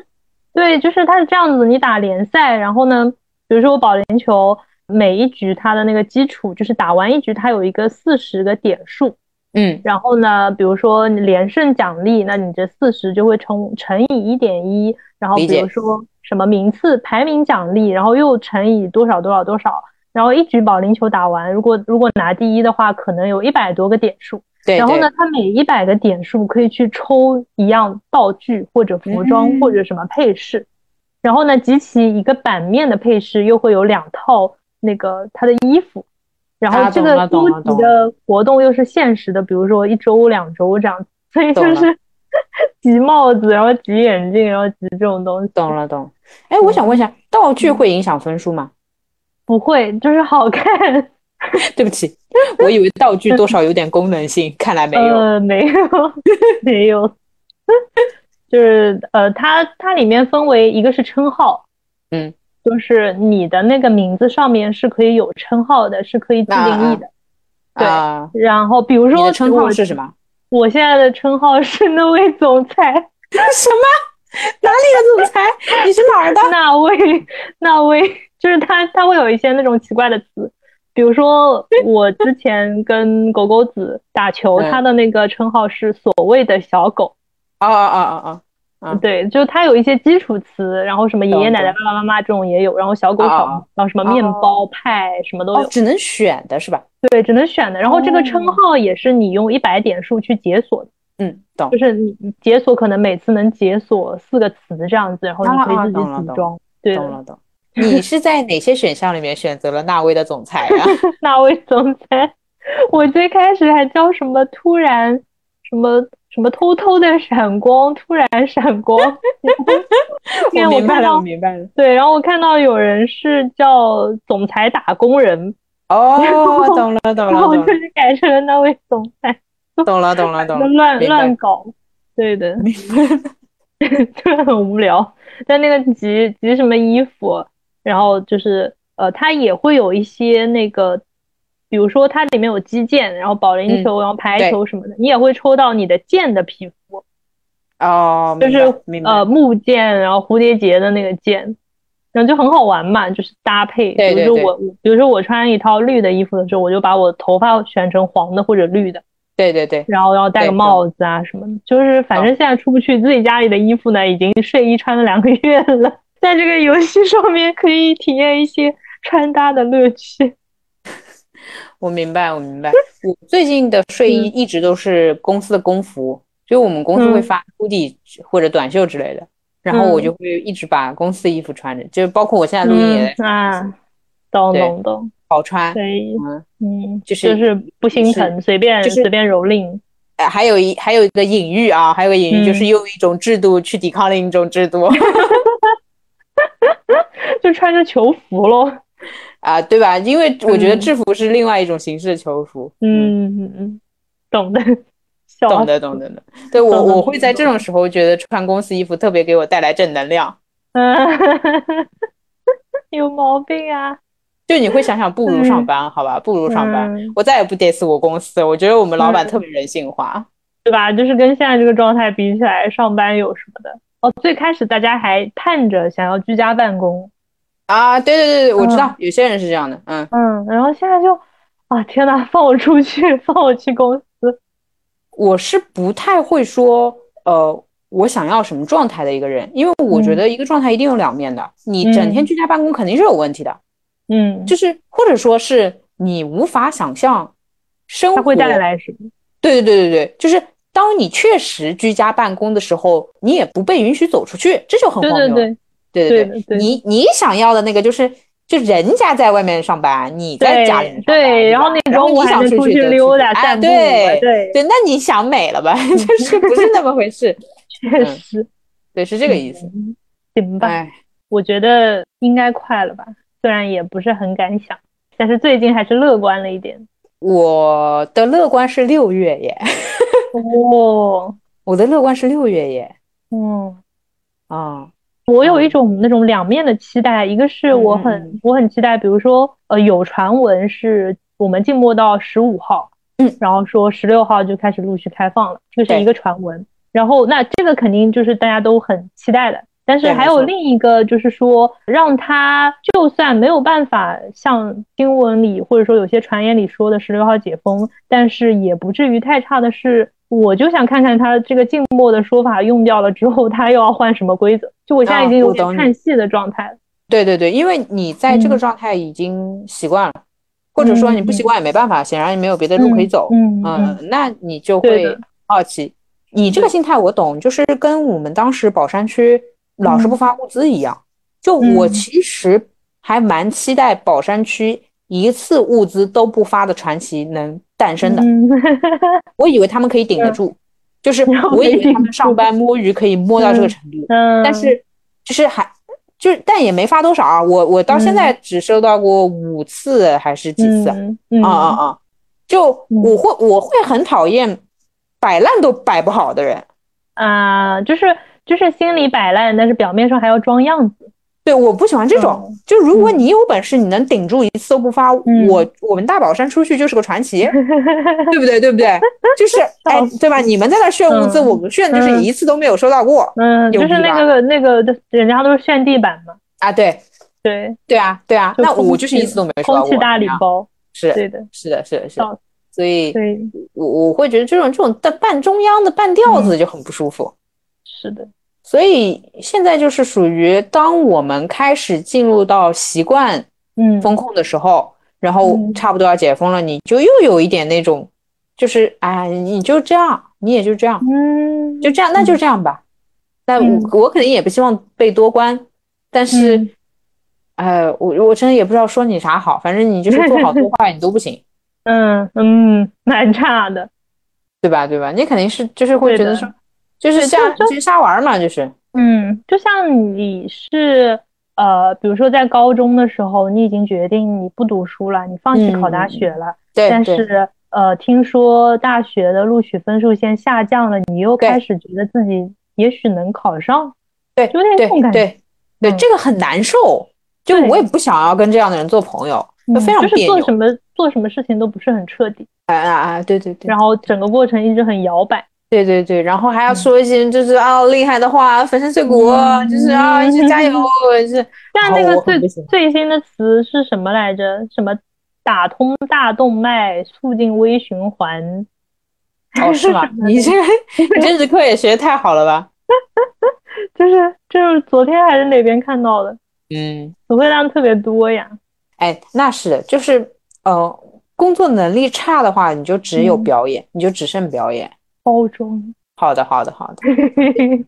[SPEAKER 1] 对，就是它是这样子，你打联赛，然后呢，比如说我保龄球每一局它的那个基础就是打完一局它有一个四十个点数，
[SPEAKER 2] 嗯
[SPEAKER 1] 然后呢，比如说你连胜奖励，那你这四十就会乘乘以一点一，然后
[SPEAKER 2] 理
[SPEAKER 1] 比
[SPEAKER 2] 解
[SPEAKER 1] 如说什么名次排名奖励，然后又乘以多少多少多少，然后一局保龄球打完，如果如果拿第一的话，可能有一百多个点数。
[SPEAKER 2] 对。
[SPEAKER 1] 然后
[SPEAKER 2] 对
[SPEAKER 1] 呢，它每一百个点数可以去抽一样道具或者服装
[SPEAKER 2] 嗯
[SPEAKER 1] 或者什么配饰，然后呢，集齐一个版面的配饰又会有两套那个它的衣服，然后
[SPEAKER 2] 啊
[SPEAKER 1] 这
[SPEAKER 2] 懂
[SPEAKER 1] 个
[SPEAKER 2] 了懂
[SPEAKER 1] 多
[SPEAKER 2] 了
[SPEAKER 1] 级
[SPEAKER 2] 懂
[SPEAKER 1] 的活动又是限时的，比如说一周两周这样，所以就
[SPEAKER 2] 懂
[SPEAKER 1] 是 挤帽子，然后挤眼镜，然后挤这种东西，
[SPEAKER 2] 懂了懂。哎，我想
[SPEAKER 1] 嗯
[SPEAKER 2] 问一下，道具会影响分数吗？
[SPEAKER 1] 不会就是好看，
[SPEAKER 2] 对不起，我以为道具多少有点功能性，看来没有。
[SPEAKER 1] 呃，没有， 没有，就是呃，它它里面分为一个是称号，
[SPEAKER 2] 嗯，
[SPEAKER 1] 就是你的那个名字上面是可以有称号的，是可以自定义的。对
[SPEAKER 2] 啊，
[SPEAKER 1] 然后比如
[SPEAKER 2] 你
[SPEAKER 1] 说
[SPEAKER 2] 的称号
[SPEAKER 1] 我
[SPEAKER 2] 是什么？
[SPEAKER 1] 我现在的称号是那位总裁，
[SPEAKER 2] 什么？哪里的总裁？你是哪 儿的？
[SPEAKER 1] 那位那位，就是他他会有一些那种奇怪的词。比如说，我之前跟狗狗子打球，
[SPEAKER 2] 嗯
[SPEAKER 1] 他的那个称号是所谓的小狗，
[SPEAKER 2] 哦哦哦哦哦，嗯
[SPEAKER 1] 对，就它有一些基础词，然后什么爷爷
[SPEAKER 2] 懂
[SPEAKER 1] 奶奶、
[SPEAKER 2] 懂
[SPEAKER 1] 爸爸妈妈这种也有，然后小狗、
[SPEAKER 2] 啊啊
[SPEAKER 1] 小
[SPEAKER 2] 啊
[SPEAKER 1] 猫，然后什么面包、派什么都
[SPEAKER 2] 哦，
[SPEAKER 1] 有，
[SPEAKER 2] 只能选的是吧？
[SPEAKER 1] 对，只能选的。然后这个称
[SPEAKER 2] 哦
[SPEAKER 1] 号也是你用一百点数去解锁的，
[SPEAKER 2] 嗯，懂
[SPEAKER 1] 就。是你你解锁可能每次能解锁四个词这样子，然后你
[SPEAKER 2] 啊
[SPEAKER 1] 可以
[SPEAKER 2] 啊
[SPEAKER 1] 自己
[SPEAKER 2] 懂了
[SPEAKER 1] 组
[SPEAKER 2] 懂
[SPEAKER 1] 装。对的，
[SPEAKER 2] 懂了懂。你是在哪些选项里面选择了那位的总裁 啊？
[SPEAKER 1] 那位总裁，我最开始还叫什么突然什么什么偷偷的闪光，突然闪光。 因为
[SPEAKER 2] 我
[SPEAKER 1] 我
[SPEAKER 2] 明白
[SPEAKER 1] 看
[SPEAKER 2] 了，
[SPEAKER 1] 到
[SPEAKER 2] 我明白了。
[SPEAKER 1] 对，然后我看到有人是叫总裁打工人，
[SPEAKER 2] 哦，懂了，懂
[SPEAKER 1] 然
[SPEAKER 2] 了，
[SPEAKER 1] 后
[SPEAKER 2] 懂
[SPEAKER 1] 就
[SPEAKER 2] 了，
[SPEAKER 1] 是改成了那位总裁，
[SPEAKER 2] 懂了，懂了，懂
[SPEAKER 1] 就
[SPEAKER 2] 了。
[SPEAKER 1] 乱
[SPEAKER 2] 明白
[SPEAKER 1] 乱搞，对的， 就很无聊。在那个集集什么衣服，然后就是呃，它也会有一些那个，比如说它里面有击剑，然后保龄球，然后排
[SPEAKER 2] 嗯对
[SPEAKER 1] 球什么的，你也会抽到你的剑的皮肤，
[SPEAKER 2] 哦，
[SPEAKER 1] 就
[SPEAKER 2] 明白
[SPEAKER 1] 是
[SPEAKER 2] 明白。
[SPEAKER 1] 呃木剑，然后蝴蝶结的那个剑。然后就很好玩嘛，就是搭配。
[SPEAKER 2] 对
[SPEAKER 1] 比
[SPEAKER 2] 对
[SPEAKER 1] 如
[SPEAKER 2] 对
[SPEAKER 1] 说我，我比如说我穿一套绿的衣服的时候，我就把我头发选成黄的或者绿的，
[SPEAKER 2] 对对对，
[SPEAKER 1] 然后要戴个
[SPEAKER 2] 对哦
[SPEAKER 1] 帽子啊什么的，就是反正现在出不去，自己家里的衣服呢，已经睡衣穿了两个月了，在这个游戏上面可以体验一些穿搭的乐趣。
[SPEAKER 2] 我明白，我明白。我最近的睡衣一直都是公司的工服，就我们公司会
[SPEAKER 1] 嗯
[SPEAKER 2] 发 hoodie 或者短袖之类的，然后我就会一直把公司衣服穿着，就是包括我现在录音也在
[SPEAKER 1] 嗯啊，懂
[SPEAKER 2] 对
[SPEAKER 1] 懂懂，
[SPEAKER 2] 好穿，
[SPEAKER 1] 可以，
[SPEAKER 2] 嗯，
[SPEAKER 1] 嗯，
[SPEAKER 2] 就是
[SPEAKER 1] 是不心疼，随便、
[SPEAKER 2] 就是
[SPEAKER 1] 随便蹂躏。
[SPEAKER 2] 呃还有一还有一个隐喻啊，还有一个隐
[SPEAKER 1] 嗯
[SPEAKER 2] 喻就是用一种制度去抵抗另一种制度
[SPEAKER 1] 就穿着球服喽，
[SPEAKER 2] 啊，对吧？因为我觉得
[SPEAKER 1] 嗯
[SPEAKER 2] 制服是另外一种形式的囚服，
[SPEAKER 1] 嗯嗯嗯，懂的，笑
[SPEAKER 2] 懂的
[SPEAKER 1] 死
[SPEAKER 2] 懂的懂的。对我
[SPEAKER 1] 懂的
[SPEAKER 2] 我会在这种时候觉得穿公司衣服特别给我带来正能量，
[SPEAKER 1] 嗯，有毛病啊！
[SPEAKER 2] 就你会想想不如上班，好吧，不如上班。
[SPEAKER 1] 嗯
[SPEAKER 2] 我再也不 diss 我公司，我觉得我们老板
[SPEAKER 1] 嗯
[SPEAKER 2] 特别人性化。
[SPEAKER 1] 对吧？就是跟现在这个状态比起来，上班有什么的？哦，最开始大家还盼着想要居家办公，
[SPEAKER 2] 啊，对对对对，我知道、有些人是这样的，嗯，
[SPEAKER 1] 嗯，然后现在就啊，天呐，放我出去，放我去公司，
[SPEAKER 2] 我是不太会说，呃，我想要什么状态的一个人，因为我
[SPEAKER 1] 嗯
[SPEAKER 2] 觉得一个状态一定有两面的，你整天居家办公肯定是有问题的，
[SPEAKER 1] 嗯，
[SPEAKER 2] 就是或者说是你无法想象生活
[SPEAKER 1] 它会带来什么？
[SPEAKER 2] 对对对对对，就是当你确实居家办公的时候，你也不被允许走出去，这就很
[SPEAKER 1] 对
[SPEAKER 2] 荒
[SPEAKER 1] 对
[SPEAKER 2] 谬。
[SPEAKER 1] 对，
[SPEAKER 2] 对
[SPEAKER 1] 对的
[SPEAKER 2] 对
[SPEAKER 1] 对
[SPEAKER 2] 你你想要的那个就是，就人家在外面上班，你在家里面上班
[SPEAKER 1] 对对
[SPEAKER 2] 吧
[SPEAKER 1] 然后那
[SPEAKER 2] 然
[SPEAKER 1] 中
[SPEAKER 2] 后
[SPEAKER 1] 午
[SPEAKER 2] 你
[SPEAKER 1] 还
[SPEAKER 2] 想
[SPEAKER 1] 能
[SPEAKER 2] 出
[SPEAKER 1] 出去溜达
[SPEAKER 2] 哎
[SPEAKER 1] 散步啊
[SPEAKER 2] 对
[SPEAKER 1] 对嗯
[SPEAKER 2] 对，那你想美了吧？就是不是那么回事？
[SPEAKER 1] 确实
[SPEAKER 2] 对，是这个意思。
[SPEAKER 1] 嗯行吧，
[SPEAKER 2] 哎，
[SPEAKER 1] 我觉得应该快了吧，虽然也不是很敢想，但是最近还是乐观了一点。
[SPEAKER 2] 我的乐观是六月耶，
[SPEAKER 1] 哦，
[SPEAKER 2] 我的乐观是六月耶
[SPEAKER 1] 嗯，
[SPEAKER 2] 啊，
[SPEAKER 1] 我有一种那种两面的期待，一个是我很、
[SPEAKER 2] 嗯
[SPEAKER 1] 我很期待，比如说呃有传闻是我们静默到十五号，
[SPEAKER 2] 嗯，
[SPEAKER 1] 然后说十六号就开始陆续开放了，这个是
[SPEAKER 2] 对
[SPEAKER 1] 一个传闻。然后那这个肯定就是大家都很期待的，但是
[SPEAKER 2] 对
[SPEAKER 1] 还
[SPEAKER 2] 没
[SPEAKER 1] 有
[SPEAKER 2] 错
[SPEAKER 1] 另一个就是说，让他就算没有办法像新闻里或者说有些传言里说的十六号解封，但是也不至于太差的是。我就想看看他这个静默的说法用掉了之后，他又要换什么规则？就我现在已经
[SPEAKER 2] 啊
[SPEAKER 1] 有
[SPEAKER 2] 我懂
[SPEAKER 1] 点
[SPEAKER 2] 你
[SPEAKER 1] 看戏的状态了。
[SPEAKER 2] 对对对，因为你在这个
[SPEAKER 1] 嗯
[SPEAKER 2] 状态已经习惯了，或者说你不习惯也没办法，显然也没有别的路可以走。
[SPEAKER 1] 嗯
[SPEAKER 2] 嗯，那你就
[SPEAKER 1] 对
[SPEAKER 2] 会
[SPEAKER 1] 的
[SPEAKER 2] 好奇。你这个心态我懂，就是跟我们当时宝山区老是不发物资一样。就我
[SPEAKER 1] 嗯
[SPEAKER 2] 其实还蛮期待宝山区一次物资都不发的传奇能诞生的。
[SPEAKER 1] 嗯，
[SPEAKER 2] 我以为他们可以顶得住，就是
[SPEAKER 1] 然后
[SPEAKER 2] 我以
[SPEAKER 1] 没
[SPEAKER 2] 为他们
[SPEAKER 1] 顶
[SPEAKER 2] 上
[SPEAKER 1] 住
[SPEAKER 2] 班摸鱼可以摸到这个
[SPEAKER 1] 嗯
[SPEAKER 2] 程度，
[SPEAKER 1] 嗯
[SPEAKER 2] 但是就是还就是但也没发多少啊。我我到现在只收到过五次还是几次啊？
[SPEAKER 1] 嗯嗯
[SPEAKER 2] 啊啊啊！就
[SPEAKER 1] 嗯
[SPEAKER 2] 我会我会很讨厌摆烂都摆不好的人，
[SPEAKER 1] 啊，就是就是心里摆烂，但是表面上还要装样子。
[SPEAKER 2] 对，我不喜欢这种。就如果你有本事，你能顶住一次都不发，
[SPEAKER 1] 嗯
[SPEAKER 2] 我我们大宝山出去就是个 传奇，对不对？对不对？就是哎，对吧？你们在那炫物资，
[SPEAKER 1] 嗯
[SPEAKER 2] 我们炫就是一次都没有收到过
[SPEAKER 1] 嗯，
[SPEAKER 2] 有
[SPEAKER 1] 就
[SPEAKER 2] 理
[SPEAKER 1] 是那个那个，人家都是炫地板嘛。
[SPEAKER 2] 啊！对
[SPEAKER 1] 对，
[SPEAKER 2] 对啊，对啊，
[SPEAKER 1] 就
[SPEAKER 2] 那
[SPEAKER 1] 空
[SPEAKER 2] 我就是
[SPEAKER 1] 气
[SPEAKER 2] 一次都没有收到
[SPEAKER 1] 空
[SPEAKER 2] 过。
[SPEAKER 1] 气大礼
[SPEAKER 2] 怎么样
[SPEAKER 1] 包。
[SPEAKER 2] 是
[SPEAKER 1] 对的，
[SPEAKER 2] 是的，是的，是
[SPEAKER 1] 笑
[SPEAKER 2] 的，所以
[SPEAKER 1] 对，
[SPEAKER 2] 我我会觉得这种这种半半中央的半
[SPEAKER 1] 嗯
[SPEAKER 2] 调子就很不舒服。
[SPEAKER 1] 是的，
[SPEAKER 2] 所以现在就是属于，当我们开始进入到习惯
[SPEAKER 1] 嗯，
[SPEAKER 2] 风控的时候，然后
[SPEAKER 1] 嗯
[SPEAKER 2] 差不多要解封了，你就又有一点那种，就是哎，你就这样，你也就这样，
[SPEAKER 1] 嗯，
[SPEAKER 2] 就这样，那就这样吧。那我
[SPEAKER 1] 嗯
[SPEAKER 2] 我肯定也不希望被多关，但是
[SPEAKER 1] 嗯，
[SPEAKER 2] 呃，我我真的也不知道说你啥好，反正你就是做好做坏你都不行，
[SPEAKER 1] 嗯嗯，蛮差的。
[SPEAKER 2] 对吧？对吧？你肯定是就是会
[SPEAKER 1] 对
[SPEAKER 2] 觉得
[SPEAKER 1] 的
[SPEAKER 2] 说，就是
[SPEAKER 1] 对
[SPEAKER 2] 瞎
[SPEAKER 1] 就
[SPEAKER 2] 就是瞎玩儿嘛，就是
[SPEAKER 1] 嗯，就像你是呃，比如说在高中的时候，你已经决定你不读书了，你放弃考大
[SPEAKER 2] 嗯
[SPEAKER 1] 学了。
[SPEAKER 2] 对
[SPEAKER 1] 但
[SPEAKER 2] 对
[SPEAKER 1] 是呃，听说大学的录取分数线下降了，你又
[SPEAKER 2] 对
[SPEAKER 1] 开始觉得自己也许能考上，
[SPEAKER 2] 对
[SPEAKER 1] 有点这种感觉，
[SPEAKER 2] 对对对，
[SPEAKER 1] 嗯
[SPEAKER 2] 这个很难受，就
[SPEAKER 1] 对
[SPEAKER 2] 我也不想要跟这样的人做朋友，就
[SPEAKER 1] 嗯
[SPEAKER 2] 非常
[SPEAKER 1] 就是
[SPEAKER 2] 别
[SPEAKER 1] 做
[SPEAKER 2] 扭
[SPEAKER 1] 什么做什么事情都不是很彻底，
[SPEAKER 2] 啊啊啊！对对对
[SPEAKER 1] 然，后整个过程一直很摇摆。
[SPEAKER 2] 对对对，然后还要
[SPEAKER 1] 嗯
[SPEAKER 2] 说一些就是啊厉害的话，粉身碎骨，
[SPEAKER 1] 嗯
[SPEAKER 2] 就是啊一起 加油，是
[SPEAKER 1] 但那
[SPEAKER 2] 哦
[SPEAKER 1] 个
[SPEAKER 2] 我
[SPEAKER 1] 最
[SPEAKER 2] 很不喜欢
[SPEAKER 1] 最新的词是什么来着？什么打通大动脉，促进微循环？
[SPEAKER 2] 哦是吗？你 这个你政治课也学得太好了吧？
[SPEAKER 1] 就是就是昨天还是哪边看到的，
[SPEAKER 2] 嗯，
[SPEAKER 1] 词汇量特别多呀。
[SPEAKER 2] 哎，那是的，就是呃，工作能力差的话，你就只有
[SPEAKER 1] 嗯
[SPEAKER 2] 表演，你就只剩表演。
[SPEAKER 1] 包 装，
[SPEAKER 2] 好的，好的，好的。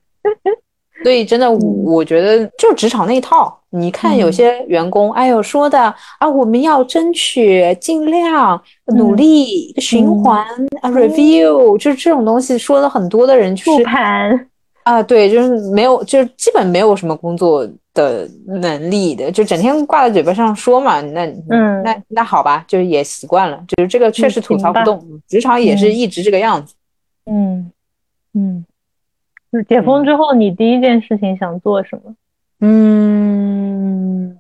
[SPEAKER 2] 所以真的，我
[SPEAKER 1] 嗯
[SPEAKER 2] 我觉得就职场那一套。你看有些员工，哎呦说的啊，我们要争取，尽量
[SPEAKER 1] 嗯
[SPEAKER 2] 努力，循环啊，review，就是这种东西说的很多的人，就
[SPEAKER 1] 复
[SPEAKER 2] 是
[SPEAKER 1] 盘，
[SPEAKER 2] 啊，对，就是没有，就是基本没有什么工作的能力的，就整天挂在嘴巴上说嘛。那
[SPEAKER 1] 嗯
[SPEAKER 2] 那那好吧，就是也习惯了，就是这个确实吐槽不动，职场也是一直这个样子。
[SPEAKER 1] 嗯嗯，就是解封之后，你第一件事情想做什么？
[SPEAKER 2] 嗯，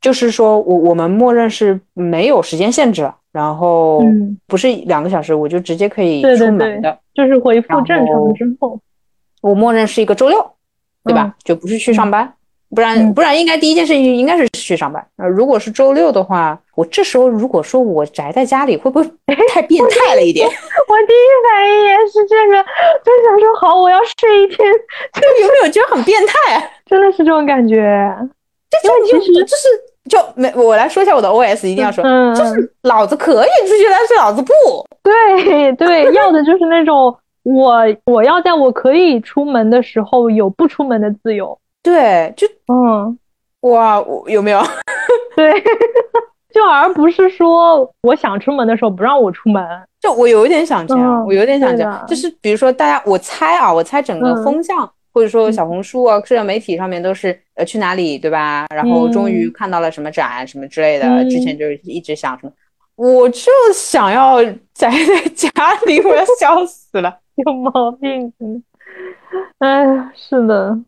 [SPEAKER 2] 就是说我我们默认是没有时间限制，然后
[SPEAKER 1] 嗯
[SPEAKER 2] 不是两个小时，我就直接可以
[SPEAKER 1] 对对
[SPEAKER 2] 出门
[SPEAKER 1] 对
[SPEAKER 2] 的。
[SPEAKER 1] 就是恢复
[SPEAKER 2] 然
[SPEAKER 1] 正常
[SPEAKER 2] 后
[SPEAKER 1] 之后，
[SPEAKER 2] 我默认是一个周六，
[SPEAKER 1] 嗯
[SPEAKER 2] 对吧？就不是去上班，不然不然应该第一件事情应该是去上班。呃，如果是周六的话，我这时候如果说我宅在家里，会不会
[SPEAKER 1] 哎
[SPEAKER 2] 太变态了一点？
[SPEAKER 1] 我第一反应也是这个，就想说好，我要睡一天，
[SPEAKER 2] 就 有没有觉得很变态、啊？
[SPEAKER 1] 真的是这种感觉。
[SPEAKER 2] 这就其实就是就没我来说一下我的 OS，一定要说，
[SPEAKER 1] 嗯
[SPEAKER 2] 就是老子可以出去，但是老子不。
[SPEAKER 1] 对对，要的就是那种我我要在我可以出门的时候有不出门的自由。
[SPEAKER 2] 对，就
[SPEAKER 1] 嗯，
[SPEAKER 2] 哇，我有没 有？
[SPEAKER 1] 对， 就而不是说我想出门的时候不让我出门。
[SPEAKER 2] 就我有一点想这样，
[SPEAKER 1] 嗯
[SPEAKER 2] 我有点想这样，
[SPEAKER 1] 对的
[SPEAKER 2] 就是比如说大家，我猜啊，我猜整个
[SPEAKER 1] 嗯
[SPEAKER 2] 风向，或者说小红书啊、社交媒体上面都是呃去哪里对吧？然后终于看到了什么展什么之类的，
[SPEAKER 1] 嗯
[SPEAKER 2] 之前就是一直想什么，我就想要宅在家里，我要笑死了。
[SPEAKER 1] 有毛病，真的。哎，是的，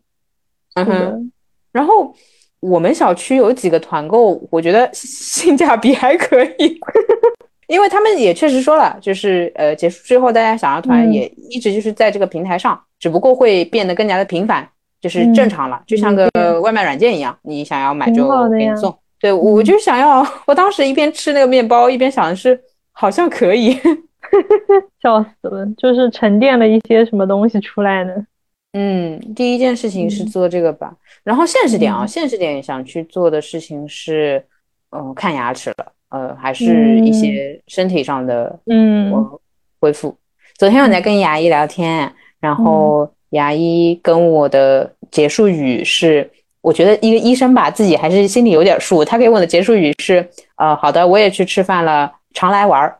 [SPEAKER 1] 是的
[SPEAKER 2] 嗯 哼，，然后我们小区有几个团购，我觉得性价比还可以， 因为他们也确实说了，就是呃结束之后大家想要团
[SPEAKER 1] 嗯
[SPEAKER 2] 也一直就是在这个平台上，只不过会变得更加的频繁，就是正常了，就像个外卖软件一样，你想要买
[SPEAKER 1] 嗯
[SPEAKER 2] 就
[SPEAKER 1] 挺好的
[SPEAKER 2] 给
[SPEAKER 1] 呀嗯
[SPEAKER 2] 你送。对，我就想要，我当时一边吃那个面包，一边想的是好像可以，
[SPEAKER 1] 笑死了，就是沉淀了一些什么东西出来呢？
[SPEAKER 2] 嗯，第一件事情是
[SPEAKER 1] 嗯
[SPEAKER 2] 做这个吧，然后现实点啊，
[SPEAKER 1] 嗯
[SPEAKER 2] 现实点想去做的事情是，嗯、看牙齿了，呃，还是一些身体上的
[SPEAKER 1] 嗯
[SPEAKER 2] 呃恢复。昨天我在跟牙医聊天，然
[SPEAKER 1] 嗯
[SPEAKER 2] 后牙医跟我的结束语是，我觉得一个医生吧，自己还是心里有点数。他给我的结束语是，呃，好的，我也去吃饭了，常来玩儿。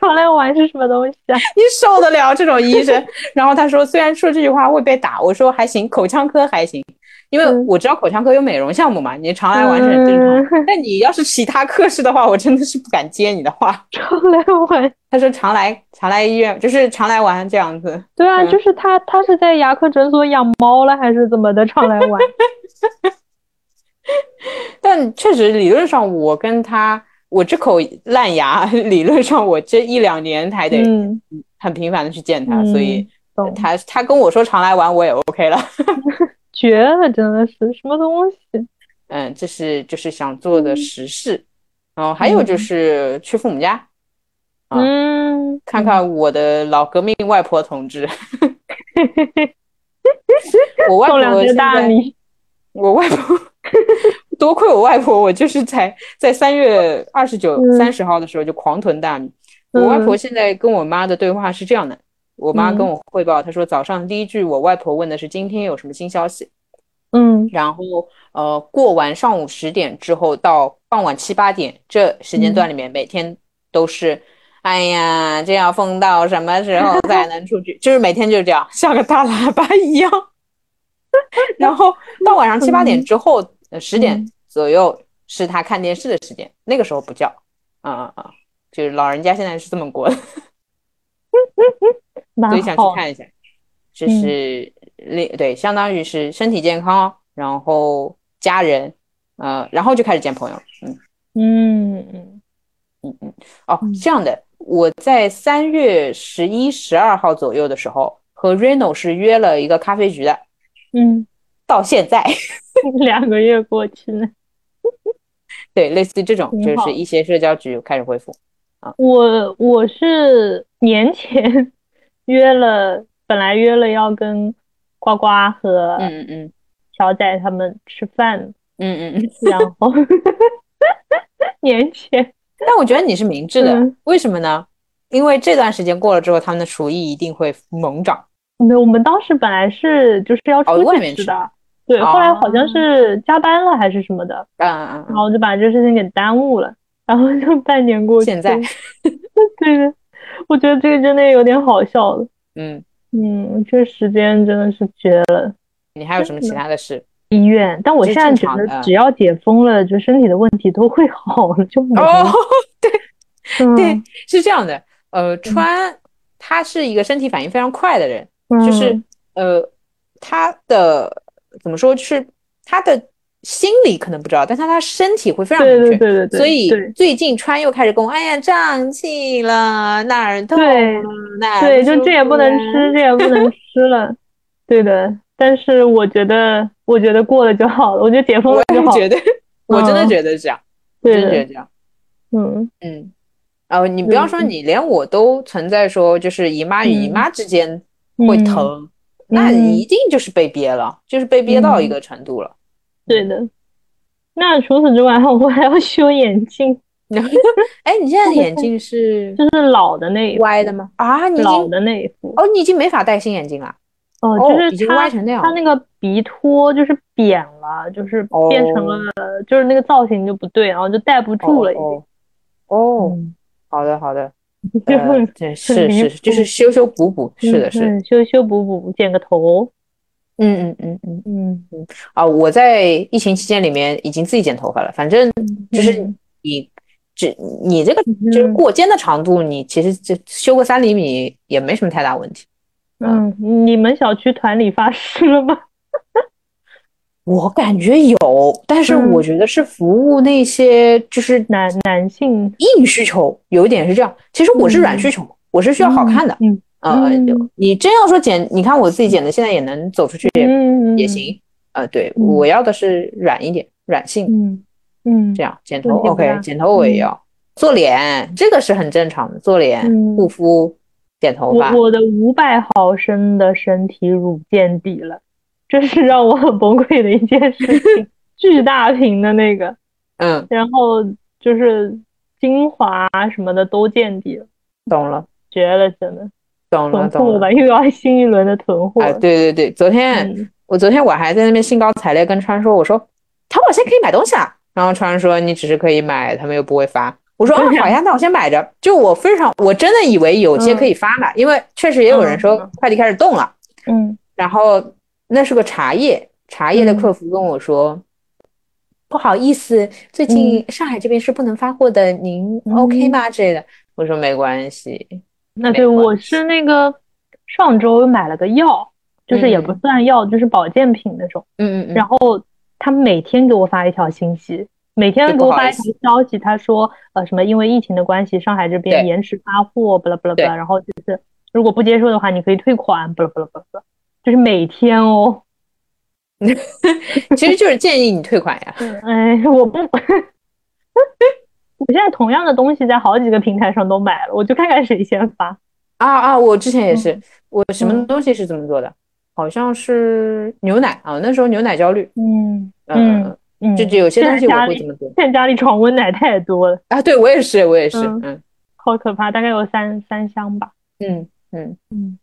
[SPEAKER 1] 常来玩是什么东西啊？
[SPEAKER 2] 你受得了这种医生？ 然后他说，虽然说这句话会被打，我说还行，口腔科还行，因为
[SPEAKER 1] 嗯
[SPEAKER 2] 我知道口腔科有美容项目嘛，你常来玩是很正 常。但你要是其他科室的话，我真的是不敢接你的话。
[SPEAKER 1] 常来玩，
[SPEAKER 2] 他说常来常来医院，就是常来玩这样子。
[SPEAKER 1] 对啊，
[SPEAKER 2] 嗯
[SPEAKER 1] 就是他，他是在牙科诊所养猫了还是怎么的？常来 玩，
[SPEAKER 2] 但确实理论上，我跟他我这口烂牙， 理论上我这一两年还得
[SPEAKER 1] 嗯，
[SPEAKER 2] 很频繁的去见他，
[SPEAKER 1] 嗯
[SPEAKER 2] 所以
[SPEAKER 1] 懂，
[SPEAKER 2] 他他跟我说常来玩，我也 OK 了。
[SPEAKER 1] 绝了，真的是什么东西？
[SPEAKER 2] 嗯，这是就是想做
[SPEAKER 1] 嗯
[SPEAKER 2] 的实事，然后还有就是去父母家、啊
[SPEAKER 1] 嗯，
[SPEAKER 2] 看看我的老革命外婆同志。我外
[SPEAKER 1] 送两
[SPEAKER 2] 婆
[SPEAKER 1] 斤
[SPEAKER 2] 现
[SPEAKER 1] 大
[SPEAKER 2] 在，
[SPEAKER 1] 米，
[SPEAKER 2] 我外婆 多亏我外婆，我就是在在三月二十九、
[SPEAKER 1] 嗯
[SPEAKER 2] 三十号的时候就狂囤大米。我外婆
[SPEAKER 1] 嗯
[SPEAKER 2] 现在跟我妈的对话是这样的，我妈跟
[SPEAKER 1] 嗯
[SPEAKER 2] 我汇报，她说早上第一句我外婆问的是今天有什么新消息，
[SPEAKER 1] 嗯
[SPEAKER 2] 然后呃，过完上午十点之后到傍晚七八点这时间段里面，每天都是，哎呀，这要疯到什么时候才能出去？ 就是每天就这样，像个大喇叭一样。然后到晚上七八点之后，呃十点
[SPEAKER 1] 嗯
[SPEAKER 2] 左右是他看电视的时间，那个时候不叫，啊啊啊，就是老人家现在是这么过的，
[SPEAKER 1] 蛮
[SPEAKER 2] 所以想去
[SPEAKER 1] 好，
[SPEAKER 2] 看一下，就是另对，相当于是身体健康，然后家人，呃，然后就开始见朋友，嗯
[SPEAKER 1] 嗯嗯
[SPEAKER 2] 嗯嗯，哦
[SPEAKER 1] 嗯，
[SPEAKER 2] 这样的，我在三月十一、十二号左右的时候和 Reno 是约了一个咖啡局的，
[SPEAKER 1] 嗯，
[SPEAKER 2] 到现在，
[SPEAKER 1] 两个月过去了。
[SPEAKER 2] 对，类似于这种，
[SPEAKER 1] 挺
[SPEAKER 2] 就
[SPEAKER 1] 好
[SPEAKER 2] 是一些社交局开始恢复，
[SPEAKER 1] 我我是 年前 约了，本来约了要跟呱呱和
[SPEAKER 2] 嗯嗯嗯
[SPEAKER 1] 小仔他们吃饭，
[SPEAKER 2] 嗯嗯嗯，
[SPEAKER 1] 然后 年前
[SPEAKER 2] 但我觉得你是明智的
[SPEAKER 1] 嗯，
[SPEAKER 2] 为什么呢？因为这段时间过了之后，他们的厨艺一定会猛涨，
[SPEAKER 1] 没有，我们当时本来是就是要
[SPEAKER 2] 哦
[SPEAKER 1] 出去
[SPEAKER 2] 外面
[SPEAKER 1] 吃
[SPEAKER 2] 吃哦
[SPEAKER 1] 的，对，后来好像是加班了还是什么的，
[SPEAKER 2] 嗯嗯
[SPEAKER 1] 然后就把这事情给耽误了，然后就 半年过去
[SPEAKER 2] 现在
[SPEAKER 1] 了，对的，我觉得这个真的有点好笑了，
[SPEAKER 2] 嗯嗯，
[SPEAKER 1] 嗯，这时间真的是绝了。
[SPEAKER 2] 你还有什么其他的事？
[SPEAKER 1] 医院，但我
[SPEAKER 2] 这
[SPEAKER 1] 现
[SPEAKER 2] 是
[SPEAKER 1] 在
[SPEAKER 2] 正
[SPEAKER 1] 觉
[SPEAKER 2] 常
[SPEAKER 1] 得
[SPEAKER 2] 的
[SPEAKER 1] 只要解封了，就身体的问题都会好了，就没
[SPEAKER 2] 哦
[SPEAKER 1] 了。， 嗯对
[SPEAKER 2] 对，是这样的，
[SPEAKER 1] 嗯
[SPEAKER 2] 呃，川他是一个身体反应非常快的人，
[SPEAKER 1] 嗯，
[SPEAKER 2] 就是呃，他的怎么说，就是他的心理可能不知道，但他他身体会非常
[SPEAKER 1] 对对
[SPEAKER 2] 明确。
[SPEAKER 1] 对对对，
[SPEAKER 2] 所以
[SPEAKER 1] 对
[SPEAKER 2] 最近川又开始跟我，哎呀，胀气了，哪儿痛
[SPEAKER 1] 对
[SPEAKER 2] 了，哪儿
[SPEAKER 1] 对，
[SPEAKER 2] 不
[SPEAKER 1] 就
[SPEAKER 2] 舒啊
[SPEAKER 1] 这也
[SPEAKER 2] 服
[SPEAKER 1] 不能
[SPEAKER 2] 了
[SPEAKER 1] 吃，这也不能吃了。对的，但是我觉得，我觉得过了就好了，我觉得解封
[SPEAKER 2] 我
[SPEAKER 1] 了
[SPEAKER 2] 也
[SPEAKER 1] 就好了
[SPEAKER 2] 觉。得，我真的
[SPEAKER 1] 嗯
[SPEAKER 2] 觉得这样，我
[SPEAKER 1] 对
[SPEAKER 2] 真的觉得
[SPEAKER 1] 的，
[SPEAKER 2] 这样。
[SPEAKER 1] 嗯
[SPEAKER 2] 嗯，哦，你不要说
[SPEAKER 1] 嗯
[SPEAKER 2] 你，连我都存在说，就是姨妈与姨妈之间
[SPEAKER 1] 嗯，
[SPEAKER 2] 会疼，那
[SPEAKER 1] 嗯
[SPEAKER 2] 一定就是被憋了，就是被憋到一个程 度了。
[SPEAKER 1] 对的。那除此之外， 我还要修眼镜，
[SPEAKER 2] 哎，你现在的眼镜是
[SPEAKER 1] 就是老的那一副，
[SPEAKER 2] 歪的吗？啊，你已
[SPEAKER 1] 老
[SPEAKER 2] 经
[SPEAKER 1] 的那一副，
[SPEAKER 2] 哦，你已经没法戴新眼镜了。
[SPEAKER 1] 哦，
[SPEAKER 2] 哦
[SPEAKER 1] 就
[SPEAKER 2] 已
[SPEAKER 1] 是
[SPEAKER 2] 经
[SPEAKER 1] 它
[SPEAKER 2] 歪成那样
[SPEAKER 1] 它那个鼻托就是扁了，就是变成
[SPEAKER 2] 哦
[SPEAKER 1] 了，就是那个造型就不对，然后就戴不住了，已经
[SPEAKER 2] 哦哦哦，
[SPEAKER 1] 嗯
[SPEAKER 2] 好的好的，
[SPEAKER 1] 就
[SPEAKER 2] 呃，对，是是是，就是修修补补，是的，是的，
[SPEAKER 1] 嗯嗯修修补补，剪个头，
[SPEAKER 2] 嗯嗯嗯嗯
[SPEAKER 1] 嗯，
[SPEAKER 2] 啊，我在疫情期间里面已经自己剪头发了，反正就是
[SPEAKER 1] 嗯
[SPEAKER 2] 你只你这个就是
[SPEAKER 1] 嗯
[SPEAKER 2] 过肩的长度，你其实就修个三厘米也没什么太大问题。
[SPEAKER 1] 嗯，你们小区团理发师了吗？
[SPEAKER 2] 我感觉有，但是
[SPEAKER 1] 嗯
[SPEAKER 2] 我觉得是服务那些就是
[SPEAKER 1] 男男性
[SPEAKER 2] 硬需求，有一点是这样。其实我是软需求，我是需要好看的。
[SPEAKER 1] 嗯
[SPEAKER 2] 呃
[SPEAKER 1] 嗯，
[SPEAKER 2] 你真要说剪，你看我自己剪的，现在也能走出去，也
[SPEAKER 1] 嗯
[SPEAKER 2] 也，行。呃，对，
[SPEAKER 1] 嗯
[SPEAKER 2] 我要的是软一点，软性。
[SPEAKER 1] 嗯嗯，
[SPEAKER 2] 这
[SPEAKER 1] 样，
[SPEAKER 2] 样剪头
[SPEAKER 1] 问题不大
[SPEAKER 2] ，OK，剪头我也要、做脸，这个是很正常的，做脸、
[SPEAKER 1] 嗯
[SPEAKER 2] 护肤、剪头发
[SPEAKER 1] 我，我的五百毫升的身体乳见底了，这是让我很崩溃的一件事 情，巨大瓶的那个，
[SPEAKER 2] 嗯，
[SPEAKER 1] 然后就是精华啊什么的都见底了，
[SPEAKER 2] 懂了，
[SPEAKER 1] 绝了，真的
[SPEAKER 2] 懂了，
[SPEAKER 1] 囤
[SPEAKER 2] 懂
[SPEAKER 1] 货
[SPEAKER 2] 了
[SPEAKER 1] 吧，。又要新一轮的囤货
[SPEAKER 2] 哎，
[SPEAKER 1] 了。
[SPEAKER 2] 对对对，昨天、
[SPEAKER 1] 嗯
[SPEAKER 2] 我昨天我还在那边兴高采烈跟川说，我说淘宝现在可以买东西啊，然后川说你只是可以买，他们又不会发。我说啊，
[SPEAKER 1] 对呀
[SPEAKER 2] 好呀，那我先买着。就我非常，我真的以为有些
[SPEAKER 1] 嗯
[SPEAKER 2] 可以发了，因为确实也有人说
[SPEAKER 1] 嗯
[SPEAKER 2] 快递开始动了。
[SPEAKER 1] 嗯
[SPEAKER 2] 然后那是个茶叶，茶叶的
[SPEAKER 1] 嗯
[SPEAKER 2] 客服跟我说，嗯不好意思，最近上海这边是不能发货的，您
[SPEAKER 1] 嗯
[SPEAKER 2] OK 吗？之类的。我说没关系，嗯
[SPEAKER 1] 那
[SPEAKER 2] 没
[SPEAKER 1] 对，
[SPEAKER 2] 关
[SPEAKER 1] 我
[SPEAKER 2] 系
[SPEAKER 1] 是那个上周又买了个药，就是也不
[SPEAKER 2] 嗯
[SPEAKER 1] 算药，就是保健品那种。
[SPEAKER 2] 嗯嗯嗯，
[SPEAKER 1] 然后他每天给我发一条信息，每天
[SPEAKER 2] 就
[SPEAKER 1] 给
[SPEAKER 2] 不
[SPEAKER 1] 我
[SPEAKER 2] 好
[SPEAKER 1] 发
[SPEAKER 2] 意
[SPEAKER 1] 一条消息，他说呃什么因为疫情的关系，上海这边
[SPEAKER 2] 对
[SPEAKER 1] 延迟发货，巴拉巴拉巴
[SPEAKER 2] 对
[SPEAKER 1] 拉，然后就是如果不接受的话，你可以退款，巴拉巴拉巴拉巴拉，就是每天哦。
[SPEAKER 2] 其实就是建议你退款呀。
[SPEAKER 1] 哎，我不，我现在同样的东西在好几个平台上都买了，我就看看谁先发。
[SPEAKER 2] 啊啊，我之前也是
[SPEAKER 1] 嗯，
[SPEAKER 2] 我什么
[SPEAKER 1] 嗯
[SPEAKER 2] 东西是这么做的？好像是牛奶啊，那时候牛奶焦虑，
[SPEAKER 1] 嗯
[SPEAKER 2] 呃，
[SPEAKER 1] 嗯，
[SPEAKER 2] 就就有些
[SPEAKER 1] 现在
[SPEAKER 2] 东西我
[SPEAKER 1] 家
[SPEAKER 2] 会
[SPEAKER 1] 里
[SPEAKER 2] 这么做
[SPEAKER 1] 现在家里常温奶太多了，
[SPEAKER 2] 啊。对，我也是，我也是，
[SPEAKER 1] 嗯
[SPEAKER 2] 嗯
[SPEAKER 1] 好可怕，大概有三三箱吧。
[SPEAKER 2] 嗯嗯，
[SPEAKER 1] 嗯，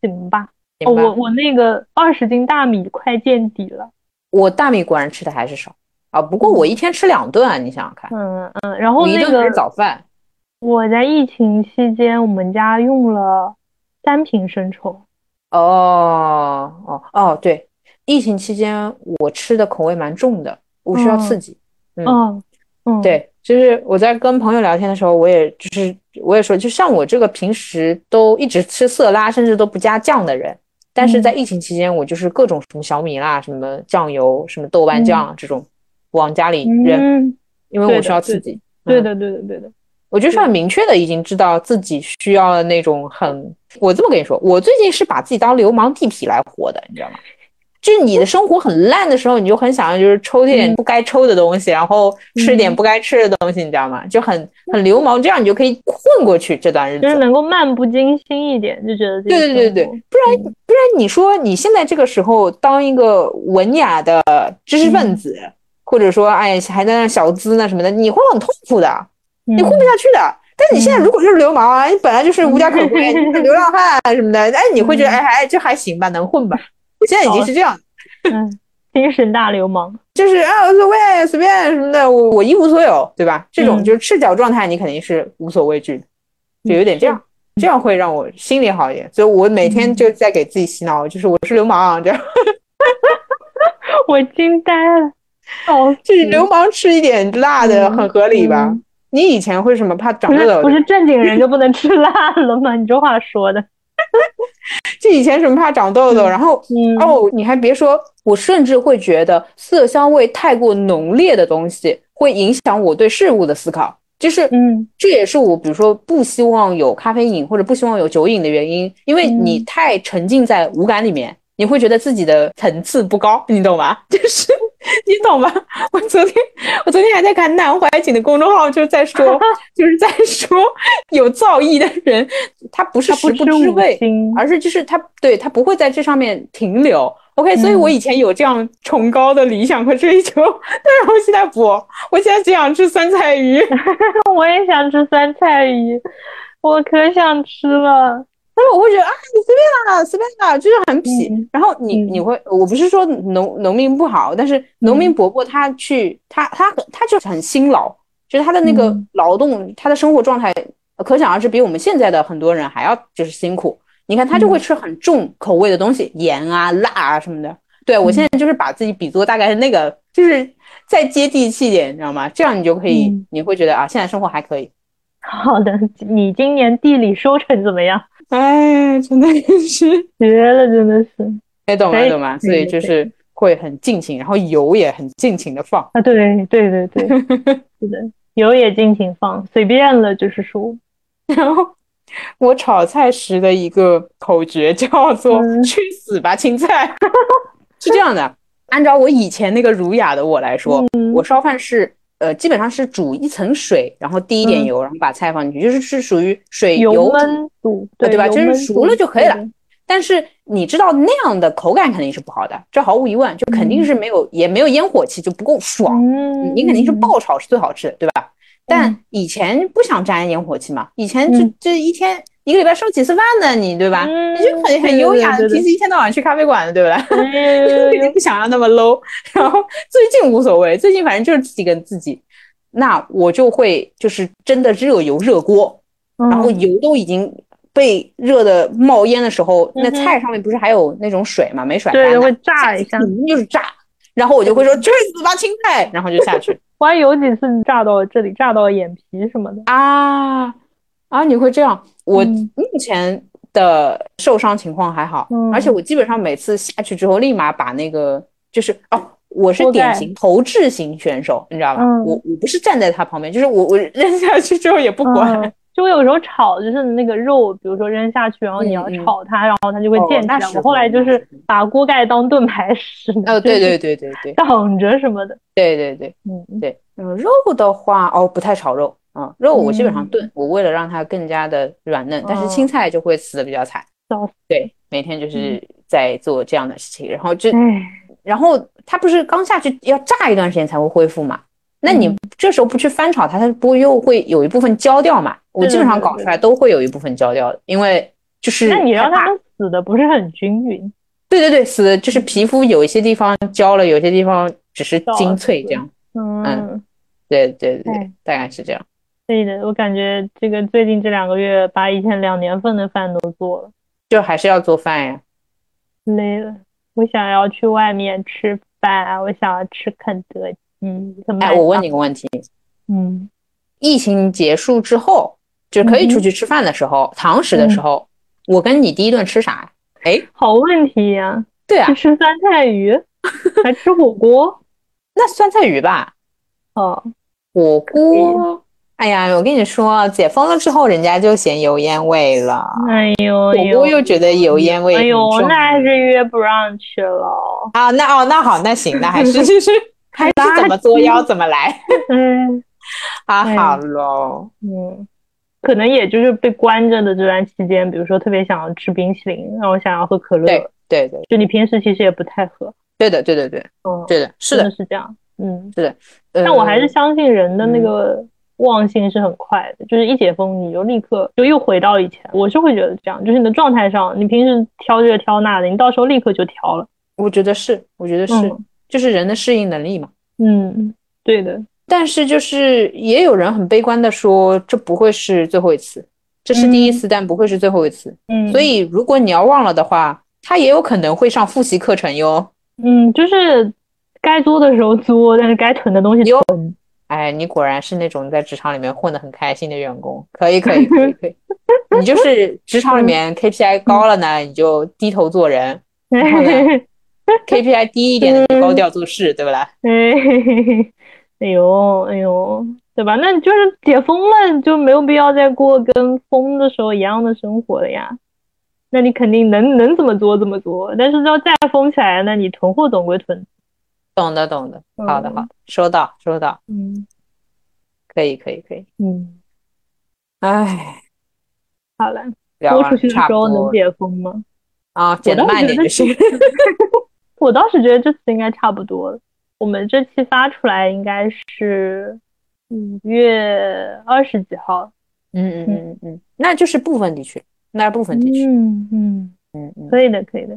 [SPEAKER 1] 行吧。
[SPEAKER 2] 明
[SPEAKER 1] 哦，
[SPEAKER 2] 白。
[SPEAKER 1] 我我那个二十斤大米快见底了，
[SPEAKER 2] 我大米果然吃的还是少啊，不过我一天吃两顿啊，你想想看。
[SPEAKER 1] 嗯嗯，然后
[SPEAKER 2] 你一
[SPEAKER 1] 那
[SPEAKER 2] 顿
[SPEAKER 1] 个
[SPEAKER 2] 是早饭，
[SPEAKER 1] 我在疫情期间，我们家用了三瓶生抽，
[SPEAKER 2] 哦哦哦，对，疫情期间我吃的口味蛮重的，我需要刺激。嗯，
[SPEAKER 1] 嗯嗯，，
[SPEAKER 2] 对，就是我在跟朋友聊天的时候，我也就是我也说，就像我这个平时都一直吃色拉，甚至都不加酱的人，但
[SPEAKER 1] 嗯
[SPEAKER 2] 是在疫情期间，我就是各种什么小米辣、什么酱油、什么豆瓣酱这种往家里扔，
[SPEAKER 1] 嗯，
[SPEAKER 2] 因为
[SPEAKER 1] 对
[SPEAKER 2] 我
[SPEAKER 1] 的
[SPEAKER 2] 需要
[SPEAKER 1] 对
[SPEAKER 2] 刺
[SPEAKER 1] 的
[SPEAKER 2] 激。
[SPEAKER 1] 对
[SPEAKER 2] 嗯
[SPEAKER 1] 的对的对的，
[SPEAKER 2] 我就是很
[SPEAKER 1] 对
[SPEAKER 2] 明确的已经知道自己需要的那种很，我这么跟你说，我最近是把自己当流氓地痞来活的，你知道吗？就是你的生活很烂的时候，你就很想要就是抽点不该抽的东西，然后吃点
[SPEAKER 1] 嗯
[SPEAKER 2] 不该吃的东西，你知道吗？就很很流氓，这样你就可以混过去这段日子
[SPEAKER 1] 就是。能够漫不经心一点，就觉得自己
[SPEAKER 2] 对对对对，
[SPEAKER 1] 生活
[SPEAKER 2] 不然不然，你说你现在这个时候当一个文雅的知识分
[SPEAKER 1] 嗯
[SPEAKER 2] 子，或者说哎还在那小资那什么的，你会很痛苦的。你混不
[SPEAKER 1] 嗯
[SPEAKER 2] 下去的。但是你现在
[SPEAKER 1] 嗯
[SPEAKER 2] 如果就是流氓啊，你本来就是无家可 归，
[SPEAKER 1] 嗯
[SPEAKER 2] 你是流浪汉啊什么的，哎，你会觉得
[SPEAKER 1] 嗯啊
[SPEAKER 2] 哎还就还行吧，能混吧。我现在已经是这样，
[SPEAKER 1] 嗯，精神大流氓，
[SPEAKER 2] 就是啊无所谓，随便什么的，我我一无所有，对吧？这种
[SPEAKER 1] 嗯
[SPEAKER 2] 就是赤脚状态，你肯定是无所畏惧的，就有点这样，
[SPEAKER 1] 嗯
[SPEAKER 2] 这样会让我心里好一点。所以我每天就在给自己洗脑，就是我是流氓，这样
[SPEAKER 1] 嗯我惊呆 了，笑死
[SPEAKER 2] 就是流氓吃一点辣的
[SPEAKER 1] 嗯
[SPEAKER 2] 很合理吧
[SPEAKER 1] 嗯？
[SPEAKER 2] 你以前会什么怕长
[SPEAKER 1] 不
[SPEAKER 2] 痘
[SPEAKER 1] 是
[SPEAKER 2] 痘
[SPEAKER 1] 不
[SPEAKER 2] 的？
[SPEAKER 1] 是正经人就不能吃辣了吗？你这话说的，
[SPEAKER 2] 就以前什么怕长痘痘，
[SPEAKER 1] 嗯
[SPEAKER 2] 然后
[SPEAKER 1] 嗯，
[SPEAKER 2] 哦，你还别说，我甚至会觉得色香味太过浓烈的东西会影响我对事物的思考，就是，
[SPEAKER 1] 嗯
[SPEAKER 2] 这也是我比如说不希望有咖啡瘾或者不希望有酒瘾的原因，因为你
[SPEAKER 1] 嗯
[SPEAKER 2] 太沉浸在无感里面，你会觉得自己的层次不高，你懂吧？ 就是你懂吧？ 我昨天我昨天还在看南怀瑾的公众号，就是 在说就是在说有造诣的人，他不是
[SPEAKER 1] 他
[SPEAKER 2] 食
[SPEAKER 1] 不
[SPEAKER 2] 不
[SPEAKER 1] 吃
[SPEAKER 2] 知
[SPEAKER 1] 五
[SPEAKER 2] 味
[SPEAKER 1] 星，
[SPEAKER 2] 而是就是他对他不会在这上面停留。OK，所以我以前有这样崇高的理想和追求，但是我现在不，我现在只想吃酸菜鱼。
[SPEAKER 1] 我也想吃酸菜鱼，我可想吃了。
[SPEAKER 2] 但是我会觉得啊，你随便啦，随便啦，就是很痞。
[SPEAKER 1] 嗯
[SPEAKER 2] 然后你你会，我不是说农农民不好，但是农民伯伯他去、他他很他就是很辛劳，就是他的那个
[SPEAKER 1] 嗯
[SPEAKER 2] 劳动，他的生活状态呃可想而知，比我们现在的很多人还要就是辛苦。你看他就会吃很重口味的东西，盐啊、辣啊什么的。对我现在就是把自己比作大概是那个，就是再接地气一点，你知道吗？这样你就可以，
[SPEAKER 1] 嗯
[SPEAKER 2] 你会觉得啊，现在生活还可以。
[SPEAKER 1] 好的，你今年地理收成怎么样？
[SPEAKER 2] 哎，真的是。
[SPEAKER 1] 绝了，真的是
[SPEAKER 2] 你懂
[SPEAKER 1] 可
[SPEAKER 2] 吗？
[SPEAKER 1] 以
[SPEAKER 2] 懂吗？
[SPEAKER 1] 可以
[SPEAKER 2] 所以就是会很尽情，然后油也很尽情的放。
[SPEAKER 1] 啊！对对对对，是的，油也尽情放，随便了就是说，
[SPEAKER 2] 然后我炒菜时的一个口诀叫做
[SPEAKER 1] 嗯
[SPEAKER 2] “去死吧，青菜”， 是这样的。按照我以前那个儒雅的我来说，
[SPEAKER 1] 嗯
[SPEAKER 2] 我烧饭是呃，基本上是煮一层水，然后滴一点油，然后把菜放进去，就是是属于水
[SPEAKER 1] 嗯油
[SPEAKER 2] 油呃
[SPEAKER 1] 焖煮，
[SPEAKER 2] 对吧
[SPEAKER 1] 油嗯
[SPEAKER 2] 就是
[SPEAKER 1] 焖
[SPEAKER 2] 熟
[SPEAKER 1] 煮
[SPEAKER 2] 了就可以了。
[SPEAKER 1] 对的
[SPEAKER 2] 但是你知道那样的口感肯定是不好的，这毫无疑问，就肯定是没有、也没有烟火气，就不够爽。
[SPEAKER 1] 嗯，
[SPEAKER 2] 你肯定是爆炒是最好吃的，对吧？但以前不想沾烟火气嘛，以前这
[SPEAKER 1] 嗯
[SPEAKER 2] 这一天一个礼拜烧几次饭呢？你对吧？
[SPEAKER 1] 嗯
[SPEAKER 2] 你就很很优雅
[SPEAKER 1] 对对对
[SPEAKER 2] 的，
[SPEAKER 1] 对
[SPEAKER 2] 平时一天到晚去咖啡馆的，对不 对？
[SPEAKER 1] 哎呦呦呦
[SPEAKER 2] 已经不想要那么 low。然后最近无所谓，最近反正就是自己跟自己。那我就会就是真的热油热锅，
[SPEAKER 1] 嗯
[SPEAKER 2] 然后油都已经被热的冒烟的时候，那
[SPEAKER 1] 嗯哼
[SPEAKER 2] 菜上面不是还有那种水嘛，没甩干
[SPEAKER 1] 对
[SPEAKER 2] 的
[SPEAKER 1] 会炸一 下。
[SPEAKER 2] 肯定就是炸。然后我就 会说去死吧青菜，然后就下去。
[SPEAKER 1] 我还有几次炸到了这里，炸到了眼皮什么的。
[SPEAKER 2] 啊啊！你会这样？我
[SPEAKER 1] 嗯
[SPEAKER 2] 目前的受伤情况还好，
[SPEAKER 1] 嗯
[SPEAKER 2] 而且我基本上每次下去之后，立马把那个就是哦，我是
[SPEAKER 1] 覆
[SPEAKER 2] 典
[SPEAKER 1] 盖
[SPEAKER 2] 型投掷型选手，你知道吧？
[SPEAKER 1] 嗯
[SPEAKER 2] 我我不是站在他旁边，就是我我扔下去之后也不管。
[SPEAKER 1] 嗯，就我有时候炒，就是那个肉，比如说扔下去，然后你要
[SPEAKER 2] 嗯嗯
[SPEAKER 1] 炒它，然后它就会
[SPEAKER 2] 哦
[SPEAKER 1] 溅起
[SPEAKER 2] 那
[SPEAKER 1] 来。
[SPEAKER 2] 是
[SPEAKER 1] 我后
[SPEAKER 2] 会
[SPEAKER 1] 来就
[SPEAKER 2] 那
[SPEAKER 1] 是
[SPEAKER 2] 是会
[SPEAKER 1] 把锅盖当盾牌使的，
[SPEAKER 2] 哦，对
[SPEAKER 1] 就是
[SPEAKER 2] 对对对对
[SPEAKER 1] 挡着什么的。
[SPEAKER 2] 对对对
[SPEAKER 1] 嗯，
[SPEAKER 2] 对。嗯，肉的话，哦，不太炒肉啊、嗯肉我基本上
[SPEAKER 1] 嗯
[SPEAKER 2] 炖，我为了让它更加的软嫩，但是青
[SPEAKER 1] 哦
[SPEAKER 2] 菜就会死的比较惨。
[SPEAKER 1] 笑死。
[SPEAKER 2] 对，每天就是
[SPEAKER 1] 嗯
[SPEAKER 2] 在做这样的事情，然后就
[SPEAKER 1] 哎，
[SPEAKER 2] 然后它不是刚下去要炸一段时间才会恢复嘛？那你
[SPEAKER 1] 嗯
[SPEAKER 2] 这时候不去翻炒它，它不又会有一部分焦掉嘛？我
[SPEAKER 1] 对
[SPEAKER 2] 基本上
[SPEAKER 1] 对
[SPEAKER 2] 搞
[SPEAKER 1] 对
[SPEAKER 2] 出来都会有一部分焦掉的，因为就是
[SPEAKER 1] 那你让
[SPEAKER 2] 害怕
[SPEAKER 1] 它们死的不是很均匀。
[SPEAKER 2] 对对对死的
[SPEAKER 1] 嗯
[SPEAKER 2] 就是皮肤有一些地方焦了，有些地方只是
[SPEAKER 1] 到
[SPEAKER 2] 精
[SPEAKER 1] 了
[SPEAKER 2] 粹
[SPEAKER 1] 对
[SPEAKER 2] 这样。
[SPEAKER 1] 嗯，
[SPEAKER 2] 对对对
[SPEAKER 1] 哎，
[SPEAKER 2] 大概是这样。
[SPEAKER 1] 对的，我感觉这个最近这两个月把以前两年份的饭都做了，
[SPEAKER 2] 就还是要做饭呀。
[SPEAKER 1] 累了。我想要去外面吃饭，我想要吃肯德基和麦
[SPEAKER 2] 哎，我问
[SPEAKER 1] 当，
[SPEAKER 2] 你个问题：
[SPEAKER 1] 嗯。
[SPEAKER 2] 疫情结束之后，就可以
[SPEAKER 1] 嗯
[SPEAKER 2] 出
[SPEAKER 1] 哼
[SPEAKER 2] 去吃饭的时候，堂食的时候，我跟你第一顿吃啥呀？哎，
[SPEAKER 1] 好问题呀、
[SPEAKER 2] 对啊
[SPEAKER 1] 去，吃酸菜鱼，还吃火锅，
[SPEAKER 2] 那酸菜鱼吧。
[SPEAKER 1] 哦，
[SPEAKER 2] 火锅，哎呀，我跟你说，解封了之后，人家就嫌油烟味了。
[SPEAKER 1] 哎呦
[SPEAKER 2] 啊火
[SPEAKER 1] 哎呦，
[SPEAKER 2] 锅又觉得油烟味
[SPEAKER 1] 哎
[SPEAKER 2] 很
[SPEAKER 1] 呦，
[SPEAKER 2] 重
[SPEAKER 1] 那还是约不让去了，
[SPEAKER 2] 啊，那哦，那好，那行，那还是就是还是怎么作妖怎么来
[SPEAKER 1] 嗯
[SPEAKER 2] 啊？
[SPEAKER 1] 哎
[SPEAKER 2] 好喽，
[SPEAKER 1] 嗯，可能也就是被关着的这段期间，比如说特别想要吃冰淇淋，然后想要喝可
[SPEAKER 2] 对
[SPEAKER 1] 乐，
[SPEAKER 2] 对对
[SPEAKER 1] 就你平时其实也不太喝，
[SPEAKER 2] 对的对对对
[SPEAKER 1] 嗯，
[SPEAKER 2] 对的，是
[SPEAKER 1] 真的
[SPEAKER 2] 的，
[SPEAKER 1] 是这样，嗯，
[SPEAKER 2] 但
[SPEAKER 1] 但我还是相信人的那个忘性是很快的，就是一解封你就立刻就又回到以前。我是会觉得这样，就是你的状态上，你平时挑这个挑那的，你到时候立刻就调了。
[SPEAKER 2] 我觉得是，我觉得是
[SPEAKER 1] 嗯，
[SPEAKER 2] 就是人的适应能力嘛。
[SPEAKER 1] 嗯，对的，
[SPEAKER 2] 但是就是也有人很悲观的说，这不会是最后一次，这是第一
[SPEAKER 1] 嗯
[SPEAKER 2] 次，但不会是最后一次。
[SPEAKER 1] 嗯，
[SPEAKER 2] 所以如果你要忘了的话，他也有可能会上复习课程哟。
[SPEAKER 1] 嗯，就是该作的时候作，但是该囤的东西
[SPEAKER 2] 有
[SPEAKER 1] 囤。
[SPEAKER 2] 哎，你果然是那种在职场里面混得很开心的员工，可以可以可以 可以，你就是职场里
[SPEAKER 1] 嗯
[SPEAKER 2] 面 KPI 高了呢，你就低头做人后呢；KPI 低一点的，你就高调做事，对不啦？
[SPEAKER 1] 哎，嘿嘿嘿 哎呦，哎呦，对吧？那你就是解封了，你就没有必要再过跟封的时候一样的生活了呀。那你肯定能能怎么做怎么做。但是要再封起来，那你囤货总归囤。
[SPEAKER 2] 懂的，懂的，好的，
[SPEAKER 1] 嗯
[SPEAKER 2] 好的，收到，收到，
[SPEAKER 1] 嗯
[SPEAKER 2] 可以，可以，可以。
[SPEAKER 1] 嗯，
[SPEAKER 2] 哎，
[SPEAKER 1] 好了，
[SPEAKER 2] 聊
[SPEAKER 1] 多
[SPEAKER 2] 完
[SPEAKER 1] 出去的
[SPEAKER 2] 差
[SPEAKER 1] 时
[SPEAKER 2] 不
[SPEAKER 1] 候
[SPEAKER 2] 多
[SPEAKER 1] 能解封吗？
[SPEAKER 2] 啊，减
[SPEAKER 1] 倒是
[SPEAKER 2] 慢一
[SPEAKER 1] 觉
[SPEAKER 2] 点
[SPEAKER 1] 得
[SPEAKER 2] 就行。
[SPEAKER 1] 我倒是觉得这次应该差不多了。我们这期发出来应该是五月二十几号。
[SPEAKER 2] 嗯嗯嗯嗯，那就是部分地区，那是部分地区。
[SPEAKER 1] 嗯嗯，
[SPEAKER 2] 嗯嗯，
[SPEAKER 1] 可以的，可以的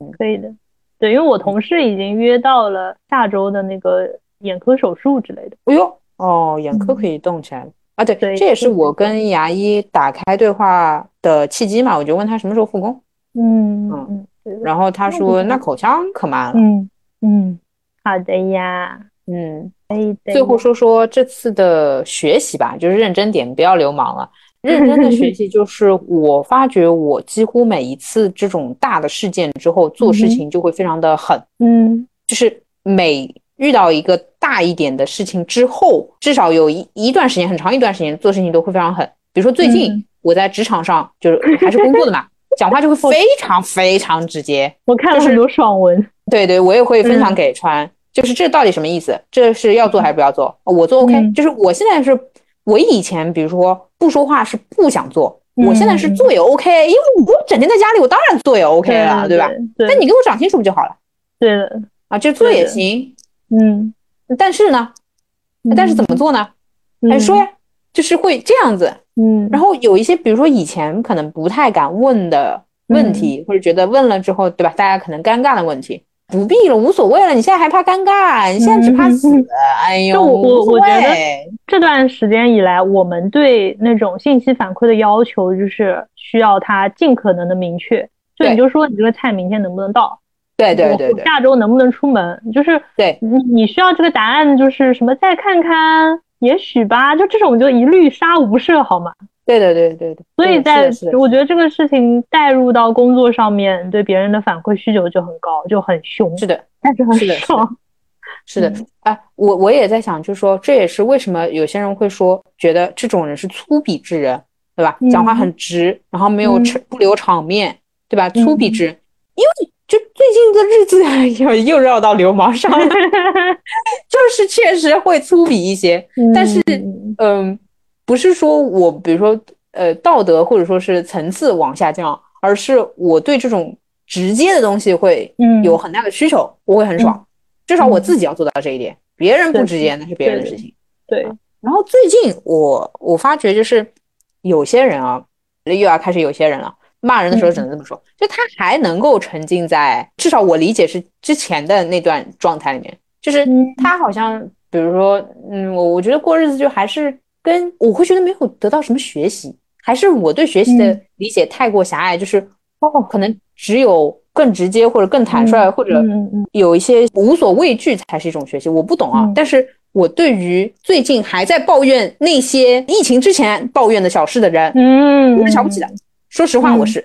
[SPEAKER 2] 嗯，
[SPEAKER 1] 可以的。对，因为我同事已经约到了下周的那个眼科手术之类的。
[SPEAKER 2] 哎呦，哦，眼科
[SPEAKER 1] 嗯
[SPEAKER 2] 可以动起来了啊！对，
[SPEAKER 1] 对
[SPEAKER 2] 这也是
[SPEAKER 1] 可以
[SPEAKER 2] 我
[SPEAKER 1] 动
[SPEAKER 2] 跟牙医打开对话的契机嘛，我就问他什么时候复工，
[SPEAKER 1] 嗯
[SPEAKER 2] 嗯
[SPEAKER 1] 嗯，对的
[SPEAKER 2] 然后他
[SPEAKER 1] 那
[SPEAKER 2] 说
[SPEAKER 1] 不错
[SPEAKER 2] 那口腔可慢了。
[SPEAKER 1] 嗯嗯，好的呀，
[SPEAKER 2] 嗯，
[SPEAKER 1] 可以的呀。
[SPEAKER 2] 最后说说这次的学习吧，就是认真点，不要流氓了。认真 的学习就是我发觉我几乎每一次这种大的事件之后做事
[SPEAKER 1] 嗯哼
[SPEAKER 2] 情就会非常的狠，
[SPEAKER 1] 嗯
[SPEAKER 2] 就是每遇到一个大一点的事情之后，至少有一一段时间很长一段时间做事情都会非常狠。比如说最近
[SPEAKER 1] 嗯
[SPEAKER 2] 我在职场上就是还是工作 的嘛，讲话就会非常非常直接。
[SPEAKER 1] 我看了
[SPEAKER 2] 就是
[SPEAKER 1] 很多爽文。
[SPEAKER 2] 对对，我也会分享
[SPEAKER 1] 嗯
[SPEAKER 2] 给川，就是这到底什么意思？这是要做还是不要做？我做 OK，、
[SPEAKER 1] 嗯
[SPEAKER 2] 就是我现在是，我以前比如说不说话是不想做，
[SPEAKER 1] 嗯
[SPEAKER 2] 我现在是做也 OK，因为我整天在家里，我当然做也 OK 了，啊
[SPEAKER 1] 对
[SPEAKER 2] 吧？？
[SPEAKER 1] 对
[SPEAKER 2] 那你给我讲清楚不就好了
[SPEAKER 1] 对的，
[SPEAKER 2] 啊？这做
[SPEAKER 1] 对
[SPEAKER 2] 也
[SPEAKER 1] 的
[SPEAKER 2] 行，
[SPEAKER 1] 嗯，
[SPEAKER 2] 但是呢，哎但是怎么做呢？
[SPEAKER 1] 么
[SPEAKER 2] 哎，说呀，就是会这样子。
[SPEAKER 1] 嗯，
[SPEAKER 2] 然后有一些，比如说以前可能不太敢问的
[SPEAKER 1] 嗯
[SPEAKER 2] 问题，或者觉得问了之后，对吧？大家可能尴尬的问题，不必了，无所谓了。你现在还怕尴尬？你现在只怕死？
[SPEAKER 1] 嗯
[SPEAKER 2] 哎 呦，
[SPEAKER 1] 就我我
[SPEAKER 2] 无所
[SPEAKER 1] 我觉得
[SPEAKER 2] 谓
[SPEAKER 1] 这段时间以来，我们对那种信息反馈的要求就是需要它尽可能的明确。就
[SPEAKER 2] 对
[SPEAKER 1] 你就说你这个菜明天能不能到？
[SPEAKER 2] 对对
[SPEAKER 1] 我
[SPEAKER 2] 对
[SPEAKER 1] 我
[SPEAKER 2] 对
[SPEAKER 1] 下周能不能出门？就是
[SPEAKER 2] 对，
[SPEAKER 1] 你你需要这个答案，就是什么再看看，也许吧，就这种就一律杀无赦，好吗？
[SPEAKER 2] 对对对对对。
[SPEAKER 1] 所以
[SPEAKER 2] 对是
[SPEAKER 1] 在
[SPEAKER 2] 的嗯是的
[SPEAKER 1] 我觉得这个事情带入到工作上面，对别人的反馈需求就很高，就很凶，
[SPEAKER 2] 是的，
[SPEAKER 1] 但是很
[SPEAKER 2] 是的是的
[SPEAKER 1] 爽。
[SPEAKER 2] 是
[SPEAKER 1] 嗯
[SPEAKER 2] 的，哎，我我也在想，就是说，这也是为什么有些人会说，觉得这种人是粗鄙之人，对吧？
[SPEAKER 1] 嗯
[SPEAKER 2] 讲话很直，然后没有
[SPEAKER 1] 嗯
[SPEAKER 2] 场不留场面，对吧？
[SPEAKER 1] 嗯
[SPEAKER 2] 粗鄙之人，因为就最近的日子， 哎呀，又绕到流氓上了， 就是确实会粗鄙一些， 但是
[SPEAKER 1] 嗯
[SPEAKER 2] 嗯，不是说我比如说呃道德或者说是层次往下降，而是我对这种直接的东西会
[SPEAKER 1] 嗯
[SPEAKER 2] 有很大的需求，我会很爽，至少我自己要做到这一点，别人不
[SPEAKER 1] 对
[SPEAKER 2] 直接那是别人的
[SPEAKER 1] 对
[SPEAKER 2] 事情。
[SPEAKER 1] 对，
[SPEAKER 2] 然后最近我我发觉就是有些人啊，又要开始有些人了，骂人的时候只能这么说，就他还能够沉浸在至少我理解是之前的那段状态里面，就是
[SPEAKER 1] 嗯
[SPEAKER 2] 他好像比如说，嗯，我我觉得过日子就还是跟我会觉得没有得到什么学习，还是我对学习的
[SPEAKER 1] 嗯
[SPEAKER 2] 理解太过狭隘，就是哦，可能只有更直接或者更坦率
[SPEAKER 1] 嗯
[SPEAKER 2] 或者
[SPEAKER 1] 嗯嗯嗯
[SPEAKER 2] 有一些无所畏惧才是一种学习，我不懂啊。
[SPEAKER 1] 嗯
[SPEAKER 2] 但是我对于最近还在抱怨那些疫情之前抱怨的小事的人，
[SPEAKER 1] 嗯，
[SPEAKER 2] 我是瞧不起的。说实话，
[SPEAKER 1] 嗯
[SPEAKER 2] 我是，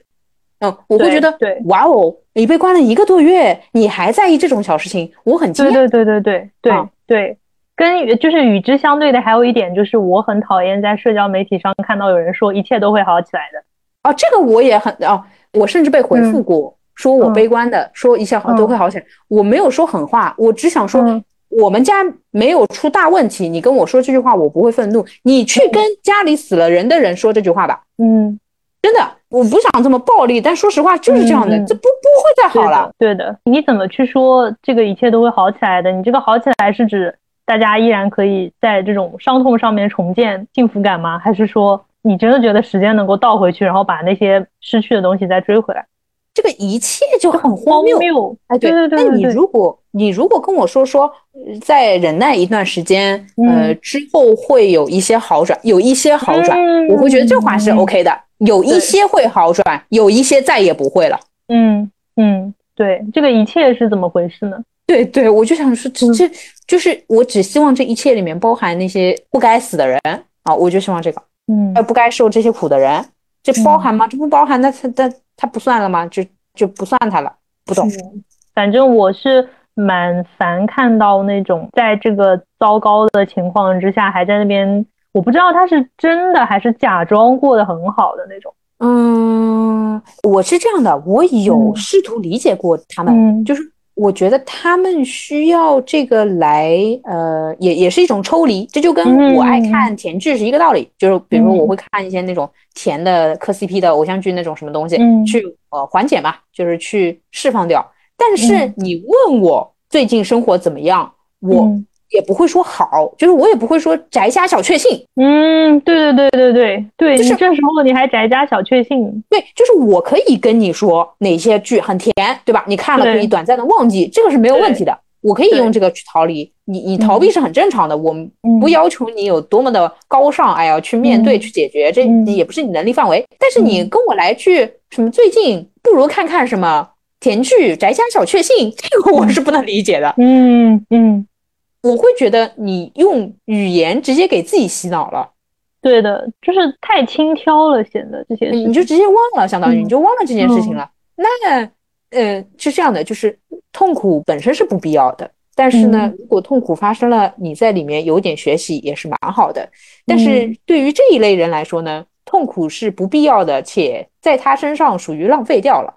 [SPEAKER 2] 嗯，我会
[SPEAKER 1] 对
[SPEAKER 2] 觉得，
[SPEAKER 1] 对
[SPEAKER 2] 哇哦，你被关了一个多月，你还在意这种小事情，我很惊
[SPEAKER 1] 对
[SPEAKER 2] 讶。
[SPEAKER 1] 对对对对对
[SPEAKER 2] 啊
[SPEAKER 1] 对，跟就是与之相对的还有一点就是，我很讨厌在社交媒体上看到有人说一切都会好起来的。
[SPEAKER 2] 哦，这个我也很哦，我甚至被
[SPEAKER 1] 嗯
[SPEAKER 2] 回复过，说我悲观的，说一切好都会好起来。我没有说狠话，我只想说、
[SPEAKER 1] 嗯
[SPEAKER 2] 我们家没有出大问题。你跟我说这句话，我不会愤怒。你去跟家里死了人的人说这句话吧，
[SPEAKER 1] 嗯，
[SPEAKER 2] 真的，我不想这么暴力，但说实话就是这样的，
[SPEAKER 1] 嗯嗯
[SPEAKER 2] 这不不会再好了。
[SPEAKER 1] 对的，对的。你怎么去说这个一切都会好起来的？你这个好起来是指大家依然可以在这种伤痛上面重建幸福感吗？还是说你真的觉得时间能够倒回去，然后把那些失去的东西再追回来？
[SPEAKER 2] 这个一切就很荒
[SPEAKER 1] 荒
[SPEAKER 2] 谬。
[SPEAKER 1] 谬。
[SPEAKER 2] 哎，对，
[SPEAKER 1] 对对
[SPEAKER 2] 那
[SPEAKER 1] 对
[SPEAKER 2] 你
[SPEAKER 1] 对
[SPEAKER 2] 如果你如果跟我说说，呃再忍耐一段时间，呃，
[SPEAKER 1] 嗯
[SPEAKER 2] 之后会有一些好转，有一些好转，
[SPEAKER 1] 嗯
[SPEAKER 2] 我会觉得这话是 OK 的，有一
[SPEAKER 1] 对
[SPEAKER 2] 些会好转，有一些再也不会了。
[SPEAKER 1] 嗯嗯，对，这个一切是怎么回事呢？
[SPEAKER 2] 对对，我就想说，这这就是我只希望这一切里面包含那些不该死的人啊，我就希望这个，
[SPEAKER 1] 嗯
[SPEAKER 2] 呃，不该受这些苦的人，这包含吗？这不包含，那他那他不算了吗？就就不算他了，不懂。
[SPEAKER 1] 反正我是蛮烦看到那种在这个糟糕的情况之下还在那边，我不知道他是真的还是假装过得很好的那种，
[SPEAKER 2] 嗯，我是这样的，我有
[SPEAKER 1] 嗯
[SPEAKER 2] 试图理解过他们，
[SPEAKER 1] 嗯
[SPEAKER 2] 就是我觉得他们需要这个来，呃，也也是一种抽离，这就跟我爱看甜剧是一个道理。就是比如说，
[SPEAKER 1] 嗯
[SPEAKER 2] 我会看一些那种甜的磕 CP 的偶像剧那种什么东西，
[SPEAKER 1] 嗯
[SPEAKER 2] 去呃缓解嘛，就是去释放掉。但是
[SPEAKER 1] 嗯
[SPEAKER 2] 你问我最近生活怎么样，我
[SPEAKER 1] 嗯
[SPEAKER 2] 也不会说好，就是我也不会说宅家小确幸。
[SPEAKER 1] 嗯，对对对对对对，
[SPEAKER 2] 就是
[SPEAKER 1] 你这时候你还宅家小确幸，
[SPEAKER 2] 对，就是我可以跟你说哪些剧很甜，对吧？你看了可以
[SPEAKER 1] 对
[SPEAKER 2] 短暂的忘记，这个是没有问题的。我可以
[SPEAKER 1] 对
[SPEAKER 2] 用这个去逃离，你你逃避是很正常的，我们不
[SPEAKER 1] 嗯
[SPEAKER 2] 要求你有多么的高尚，哎呀，去面对、
[SPEAKER 1] 嗯
[SPEAKER 2] 去解决，这
[SPEAKER 1] 嗯
[SPEAKER 2] 也不是你能力范围。但是你
[SPEAKER 1] 嗯
[SPEAKER 2] 跟我来句什么最近不如看看什么甜剧、宅家小确 幸，这个我是不能理解的。
[SPEAKER 1] 嗯嗯，
[SPEAKER 2] 我会觉得你用语言直接给自己洗脑了，
[SPEAKER 1] 对的，就是太轻佻了，显得这些事
[SPEAKER 2] 你就直接忘了，相当于
[SPEAKER 1] 嗯
[SPEAKER 2] 你就忘了这件事
[SPEAKER 1] 嗯
[SPEAKER 2] 情了。那，呃，是这样的，就是痛苦本身是不必要的，但是呢，
[SPEAKER 1] 嗯
[SPEAKER 2] 如果痛苦发生了，你在里面有点学习也是蛮好的。但是
[SPEAKER 1] 嗯
[SPEAKER 2] 对于这一类人来说呢，痛苦是不必要的，且在他身上属于浪费掉了。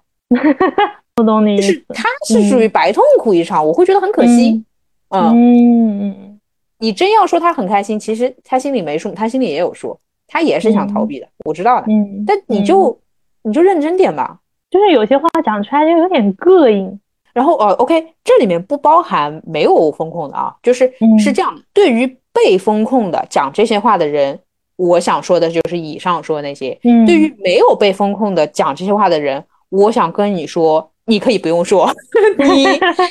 [SPEAKER 1] 我懂你意
[SPEAKER 2] 就是
[SPEAKER 1] 思，
[SPEAKER 2] 他是属于白痛苦一场，我会觉得很可惜。嗯，
[SPEAKER 1] 嗯嗯
[SPEAKER 2] 你真要说他很开心，其实他心里没数，他心里也有数，他也是想逃避的，我知道的。
[SPEAKER 1] 嗯，
[SPEAKER 2] 但你就你就认真点吧。
[SPEAKER 1] 就是有些话讲出来就有点膈应，
[SPEAKER 2] 然后呃，OK，这里面不包含没有风控的啊，就是
[SPEAKER 1] 嗯
[SPEAKER 2] 是这样的，对于被风控的讲这些话的人，我想说的就是以上说的那些；
[SPEAKER 1] 嗯，
[SPEAKER 2] 对于没有被风控的讲这些话的人，我想跟你说，你可以不用说， 你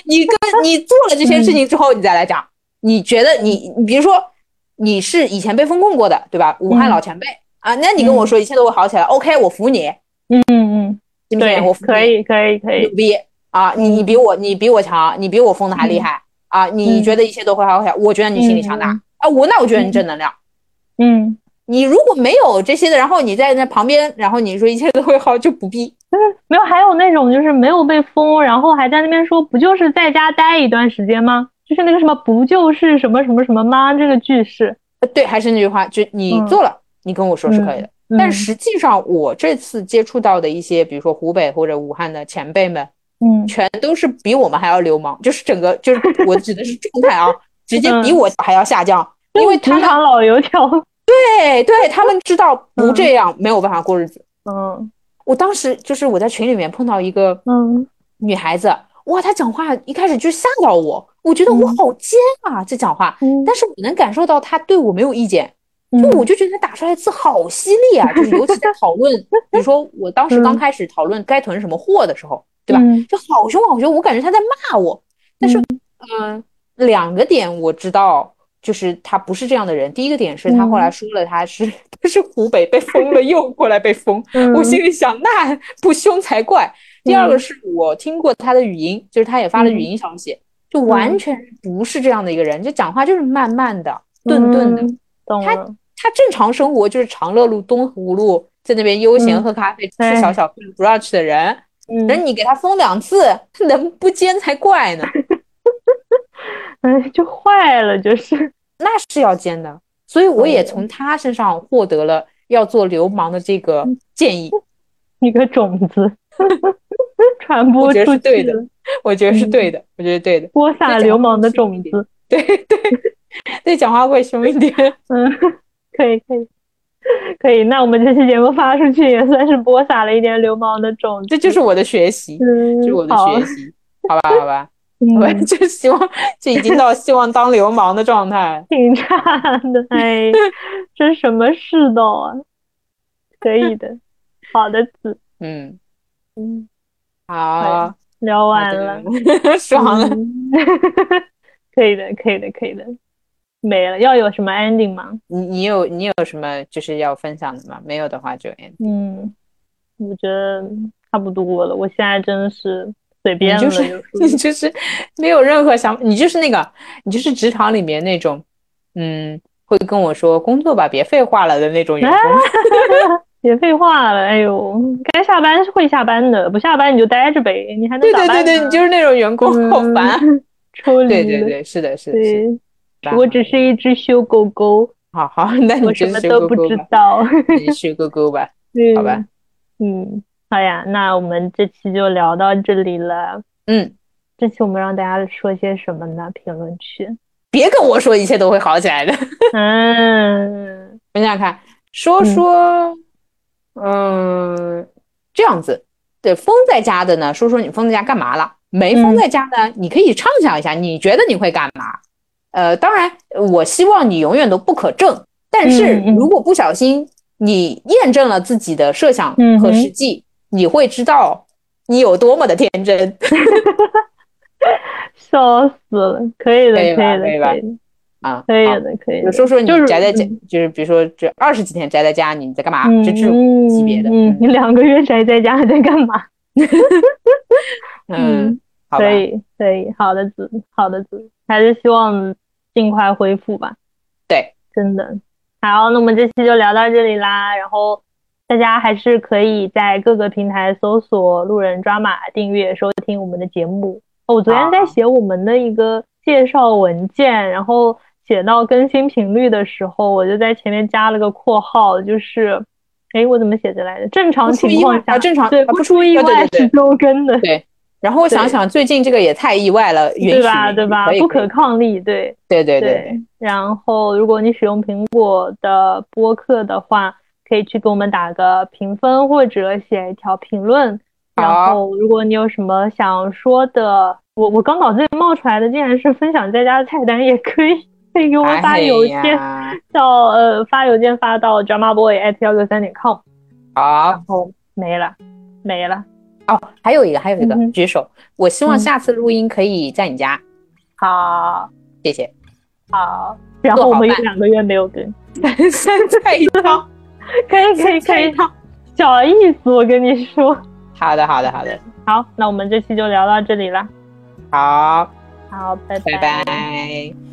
[SPEAKER 2] 你跟你做了这些事情之后，你再来讲，你觉得你你比如说你是以前被风控过的，对吧？武
[SPEAKER 1] 嗯
[SPEAKER 2] 汉老前辈啊，那你跟我说一切都会好起来，OK，我服你，
[SPEAKER 1] 嗯嗯，
[SPEAKER 2] 行不
[SPEAKER 1] 对
[SPEAKER 2] 行？我，服你
[SPEAKER 1] 可。以可以可
[SPEAKER 2] 牛
[SPEAKER 1] 以，
[SPEAKER 2] 逼啊！你你比我你比我强，你比我疯的还厉害啊！你
[SPEAKER 1] 嗯
[SPEAKER 2] 觉得一切都会好起来，我觉得你心理强大
[SPEAKER 1] 嗯
[SPEAKER 2] 啊！我那我觉得你正能量。
[SPEAKER 1] 嗯，
[SPEAKER 2] 你如果没有这些的，然后你在那旁边，然后你说一切都会好，就不必。
[SPEAKER 1] 没有，还有那种就是没有被封，然后还在那边说不就是在家待一段时间吗？就是那个什么不就是什么什么什么吗？这个句式，
[SPEAKER 2] 呃对，还是那句话，就你
[SPEAKER 1] 嗯
[SPEAKER 2] 做了，你跟我说是可以的。
[SPEAKER 1] 嗯
[SPEAKER 2] 但实际上，我这次接触到的一些，比如说湖北或者武汉的前辈们，
[SPEAKER 1] 嗯
[SPEAKER 2] 全都是比我们还要流氓，就是整个就是我指 的是状态啊，直接比
[SPEAKER 1] 嗯
[SPEAKER 2] 我还要下降，因为他
[SPEAKER 1] 职
[SPEAKER 2] 们
[SPEAKER 1] 场老油 条，
[SPEAKER 2] 对对他们知道不这样没有办法过日子。
[SPEAKER 1] 嗯
[SPEAKER 2] 我当时就是我在群里面碰到一个
[SPEAKER 1] 嗯
[SPEAKER 2] 女孩子，哇，她讲话一开始就吓到我，我觉得
[SPEAKER 1] 嗯
[SPEAKER 2] 我好尖啊，这讲话，
[SPEAKER 1] 嗯，
[SPEAKER 2] 但是我能感受到她对我没有意见，
[SPEAKER 1] 嗯
[SPEAKER 2] 就我就觉得她打出来的字好犀利啊，就是尤其在讨论，比如说我当时刚开始讨论该囤什么货的时候，对吧？
[SPEAKER 1] 嗯
[SPEAKER 2] 就好凶好凶，我感觉她在骂我，但是，嗯，两个点我知道。就是她不是这样的人。第一个点是她后来说了，她是 她是湖北被封了，又过来被封，
[SPEAKER 1] 嗯
[SPEAKER 2] 我心里想，那 不凶才怪。第二个
[SPEAKER 1] 嗯
[SPEAKER 2] 是我听过他的语音，就是他也发了语音消息，就完
[SPEAKER 1] 嗯
[SPEAKER 2] 全不是这样的一个人，就讲话就是慢慢的、顿顿的。
[SPEAKER 1] 嗯懂
[SPEAKER 2] 他
[SPEAKER 1] 了，
[SPEAKER 2] 他正常生活就是长乐路、东湖路，在那边悠闲
[SPEAKER 1] 嗯
[SPEAKER 2] 喝咖啡、
[SPEAKER 1] 哎
[SPEAKER 2] 吃小小饭、brunch 的人，
[SPEAKER 1] 嗯，
[SPEAKER 2] 人你给他封两次， 他能不尖才怪呢？
[SPEAKER 1] 哎，就坏了，就是，
[SPEAKER 2] 那是要尖的。所以我也
[SPEAKER 1] 哦
[SPEAKER 2] 从他身上获得了要做流氓的这
[SPEAKER 1] 嗯
[SPEAKER 2] 个建议，
[SPEAKER 1] 一个种子 传
[SPEAKER 2] 我
[SPEAKER 1] 播
[SPEAKER 2] 觉得
[SPEAKER 1] 出
[SPEAKER 2] 是对
[SPEAKER 1] 去
[SPEAKER 2] 的
[SPEAKER 1] 了，
[SPEAKER 2] 我觉得
[SPEAKER 1] 嗯
[SPEAKER 2] 是对的，我觉得是对的。
[SPEAKER 1] 播撒
[SPEAKER 2] 讲
[SPEAKER 1] 流
[SPEAKER 2] 话
[SPEAKER 1] 氓的
[SPEAKER 2] 小心一
[SPEAKER 1] 种
[SPEAKER 2] 点
[SPEAKER 1] 子，
[SPEAKER 2] 对，讲话会凶一点。
[SPEAKER 1] 嗯，可以可以可以，那我们这期节目发出去也算是播撒了一点流氓的种子，
[SPEAKER 2] 这就是我的学习，
[SPEAKER 1] 嗯，
[SPEAKER 2] 这是我的
[SPEAKER 1] 好
[SPEAKER 2] 学，习，好吧，好吧，好吧，
[SPEAKER 1] 嗯，
[SPEAKER 2] 就希望就已经到希望当流氓的状态。
[SPEAKER 1] 挺差的，哎，这什么世道啊？可以的，好的子，
[SPEAKER 2] 嗯，
[SPEAKER 1] 嗯，
[SPEAKER 2] 好，
[SPEAKER 1] 聊完
[SPEAKER 2] 好
[SPEAKER 1] 了，
[SPEAKER 2] 的， 爽了。
[SPEAKER 1] 嗯 可以的，可以的，可以的，没了，要有什么 ending 吗？
[SPEAKER 2] 你你有你有什么就是要分享的吗？没有的话就 end。
[SPEAKER 1] 嗯，我觉得差不多了，我现在真的是随
[SPEAKER 2] 你
[SPEAKER 1] 便了，
[SPEAKER 2] 就是
[SPEAKER 1] 有时候
[SPEAKER 2] 你就是没有任何想法，你就是那个你就是职场里面那种，嗯，会跟我说工作吧，别废话了的那种员
[SPEAKER 1] 啊
[SPEAKER 2] 工。
[SPEAKER 1] 别废话了，哎呦，该下班是会下班的，不下班你就待着呗，你还能
[SPEAKER 2] 对
[SPEAKER 1] 咋
[SPEAKER 2] 对对
[SPEAKER 1] 办
[SPEAKER 2] 对，
[SPEAKER 1] 呢
[SPEAKER 2] 你就是那种员工，好
[SPEAKER 1] 嗯
[SPEAKER 2] 烦啊。
[SPEAKER 1] 抽离
[SPEAKER 2] 对对
[SPEAKER 1] 了
[SPEAKER 2] 对，是的，是的，是
[SPEAKER 1] 对
[SPEAKER 2] 的。
[SPEAKER 1] 我只是一只修狗狗，
[SPEAKER 2] 好好，那你
[SPEAKER 1] 我
[SPEAKER 2] 就
[SPEAKER 1] 什么
[SPEAKER 2] 是
[SPEAKER 1] 都
[SPEAKER 2] 勾
[SPEAKER 1] 不
[SPEAKER 2] 勾
[SPEAKER 1] 知
[SPEAKER 2] 吧，
[SPEAKER 1] 道。
[SPEAKER 2] 你是勾勾吧。
[SPEAKER 1] 嗯
[SPEAKER 2] 好吧，
[SPEAKER 1] 嗯，好呀，那我们这期就聊到这里了。
[SPEAKER 2] 嗯，
[SPEAKER 1] 这期我们让大家说些什么呢？评论区。
[SPEAKER 2] 别跟我说一切都会好起来的，
[SPEAKER 1] 嗯，
[SPEAKER 2] 想想看，说说，嗯，这样子，对，封在家的呢，说说你封在家干嘛了？没封在家呢，你可以畅想一下，你觉得你会干嘛？呃，当然，我希望你永远都不可证，但是
[SPEAKER 1] 嗯嗯
[SPEAKER 2] 如果不小心你验证了自己的设想
[SPEAKER 1] 嗯
[SPEAKER 2] 和
[SPEAKER 1] 哼
[SPEAKER 2] 实际，你会知道你有多么的天真。
[SPEAKER 1] 笑死了，可以的，
[SPEAKER 2] 可以吧
[SPEAKER 1] 的，
[SPEAKER 2] 可
[SPEAKER 1] 可
[SPEAKER 2] 以
[SPEAKER 1] 以
[SPEAKER 2] 吧
[SPEAKER 1] 的，
[SPEAKER 2] 啊
[SPEAKER 1] 可以
[SPEAKER 2] 好
[SPEAKER 1] 的，可以
[SPEAKER 2] 就
[SPEAKER 1] 的。
[SPEAKER 2] 说说你
[SPEAKER 1] 就是
[SPEAKER 2] 宅在家，
[SPEAKER 1] 嗯
[SPEAKER 2] 就是比如说这二十几天宅在家，你在干嘛？
[SPEAKER 1] 嗯
[SPEAKER 2] 这这种级别的，
[SPEAKER 1] 嗯，你
[SPEAKER 2] 嗯
[SPEAKER 1] 两个月宅在家还在干嘛？
[SPEAKER 2] 嗯，好吧
[SPEAKER 1] 可，以，可以，好的子，好的子，还是希望尽快恢复吧。
[SPEAKER 2] 对，
[SPEAKER 1] 真的。好，那我们这期就聊到这里啦。然后大家还是可以在各个平台搜索“路人抓马”，订阅收听我们的节目。哦我昨天在写我们的一个介绍文件，然后写到更新频率的时候，我就在前面加了个括号，就是，哎，我怎么写的来着？正常
[SPEAKER 2] 不出
[SPEAKER 1] 情
[SPEAKER 2] 意外
[SPEAKER 1] 况下，
[SPEAKER 2] 啊正常
[SPEAKER 1] 对，
[SPEAKER 2] 啊
[SPEAKER 1] 不
[SPEAKER 2] 不
[SPEAKER 1] 出意
[SPEAKER 2] 啊对
[SPEAKER 1] 外
[SPEAKER 2] 对对
[SPEAKER 1] 是周更的，
[SPEAKER 2] 然后我想
[SPEAKER 1] 对
[SPEAKER 2] 想，最近这个也太意外了，允许
[SPEAKER 1] 对吧？对吧
[SPEAKER 2] 可以？
[SPEAKER 1] 不
[SPEAKER 2] 可
[SPEAKER 1] 可
[SPEAKER 2] 以，
[SPEAKER 1] 抗力，对。
[SPEAKER 2] 对对
[SPEAKER 1] 对
[SPEAKER 2] 对，
[SPEAKER 1] 然后，如果你使用苹果的播客的话，可以去给我们打个评分或者写一条评论。
[SPEAKER 2] 好
[SPEAKER 1] 然后，如果你有什么想说的，我我刚脑子里冒出来的竟然是分享在家的菜单，也可以可以给我
[SPEAKER 2] 哎
[SPEAKER 1] 发邮件
[SPEAKER 2] 呀
[SPEAKER 1] 到呃发邮件发到 drama boy at 幺六三点 com。
[SPEAKER 2] 好
[SPEAKER 1] 没了，没了。
[SPEAKER 2] 哦，还有一个，还有一个
[SPEAKER 1] 嗯，哼
[SPEAKER 2] 举手，我希望
[SPEAKER 1] 嗯
[SPEAKER 2] 下次录音可以在你家，
[SPEAKER 1] 好，
[SPEAKER 2] 谢谢。
[SPEAKER 1] 好。然后我们有两个月没有更，
[SPEAKER 2] 三 菜一汤，
[SPEAKER 1] 可以 可以可以，小意思，我跟你说。
[SPEAKER 2] 好的好的好的，
[SPEAKER 1] 好，那我们这期就聊到这里了。
[SPEAKER 2] 好，
[SPEAKER 1] 好，拜
[SPEAKER 2] 拜拜。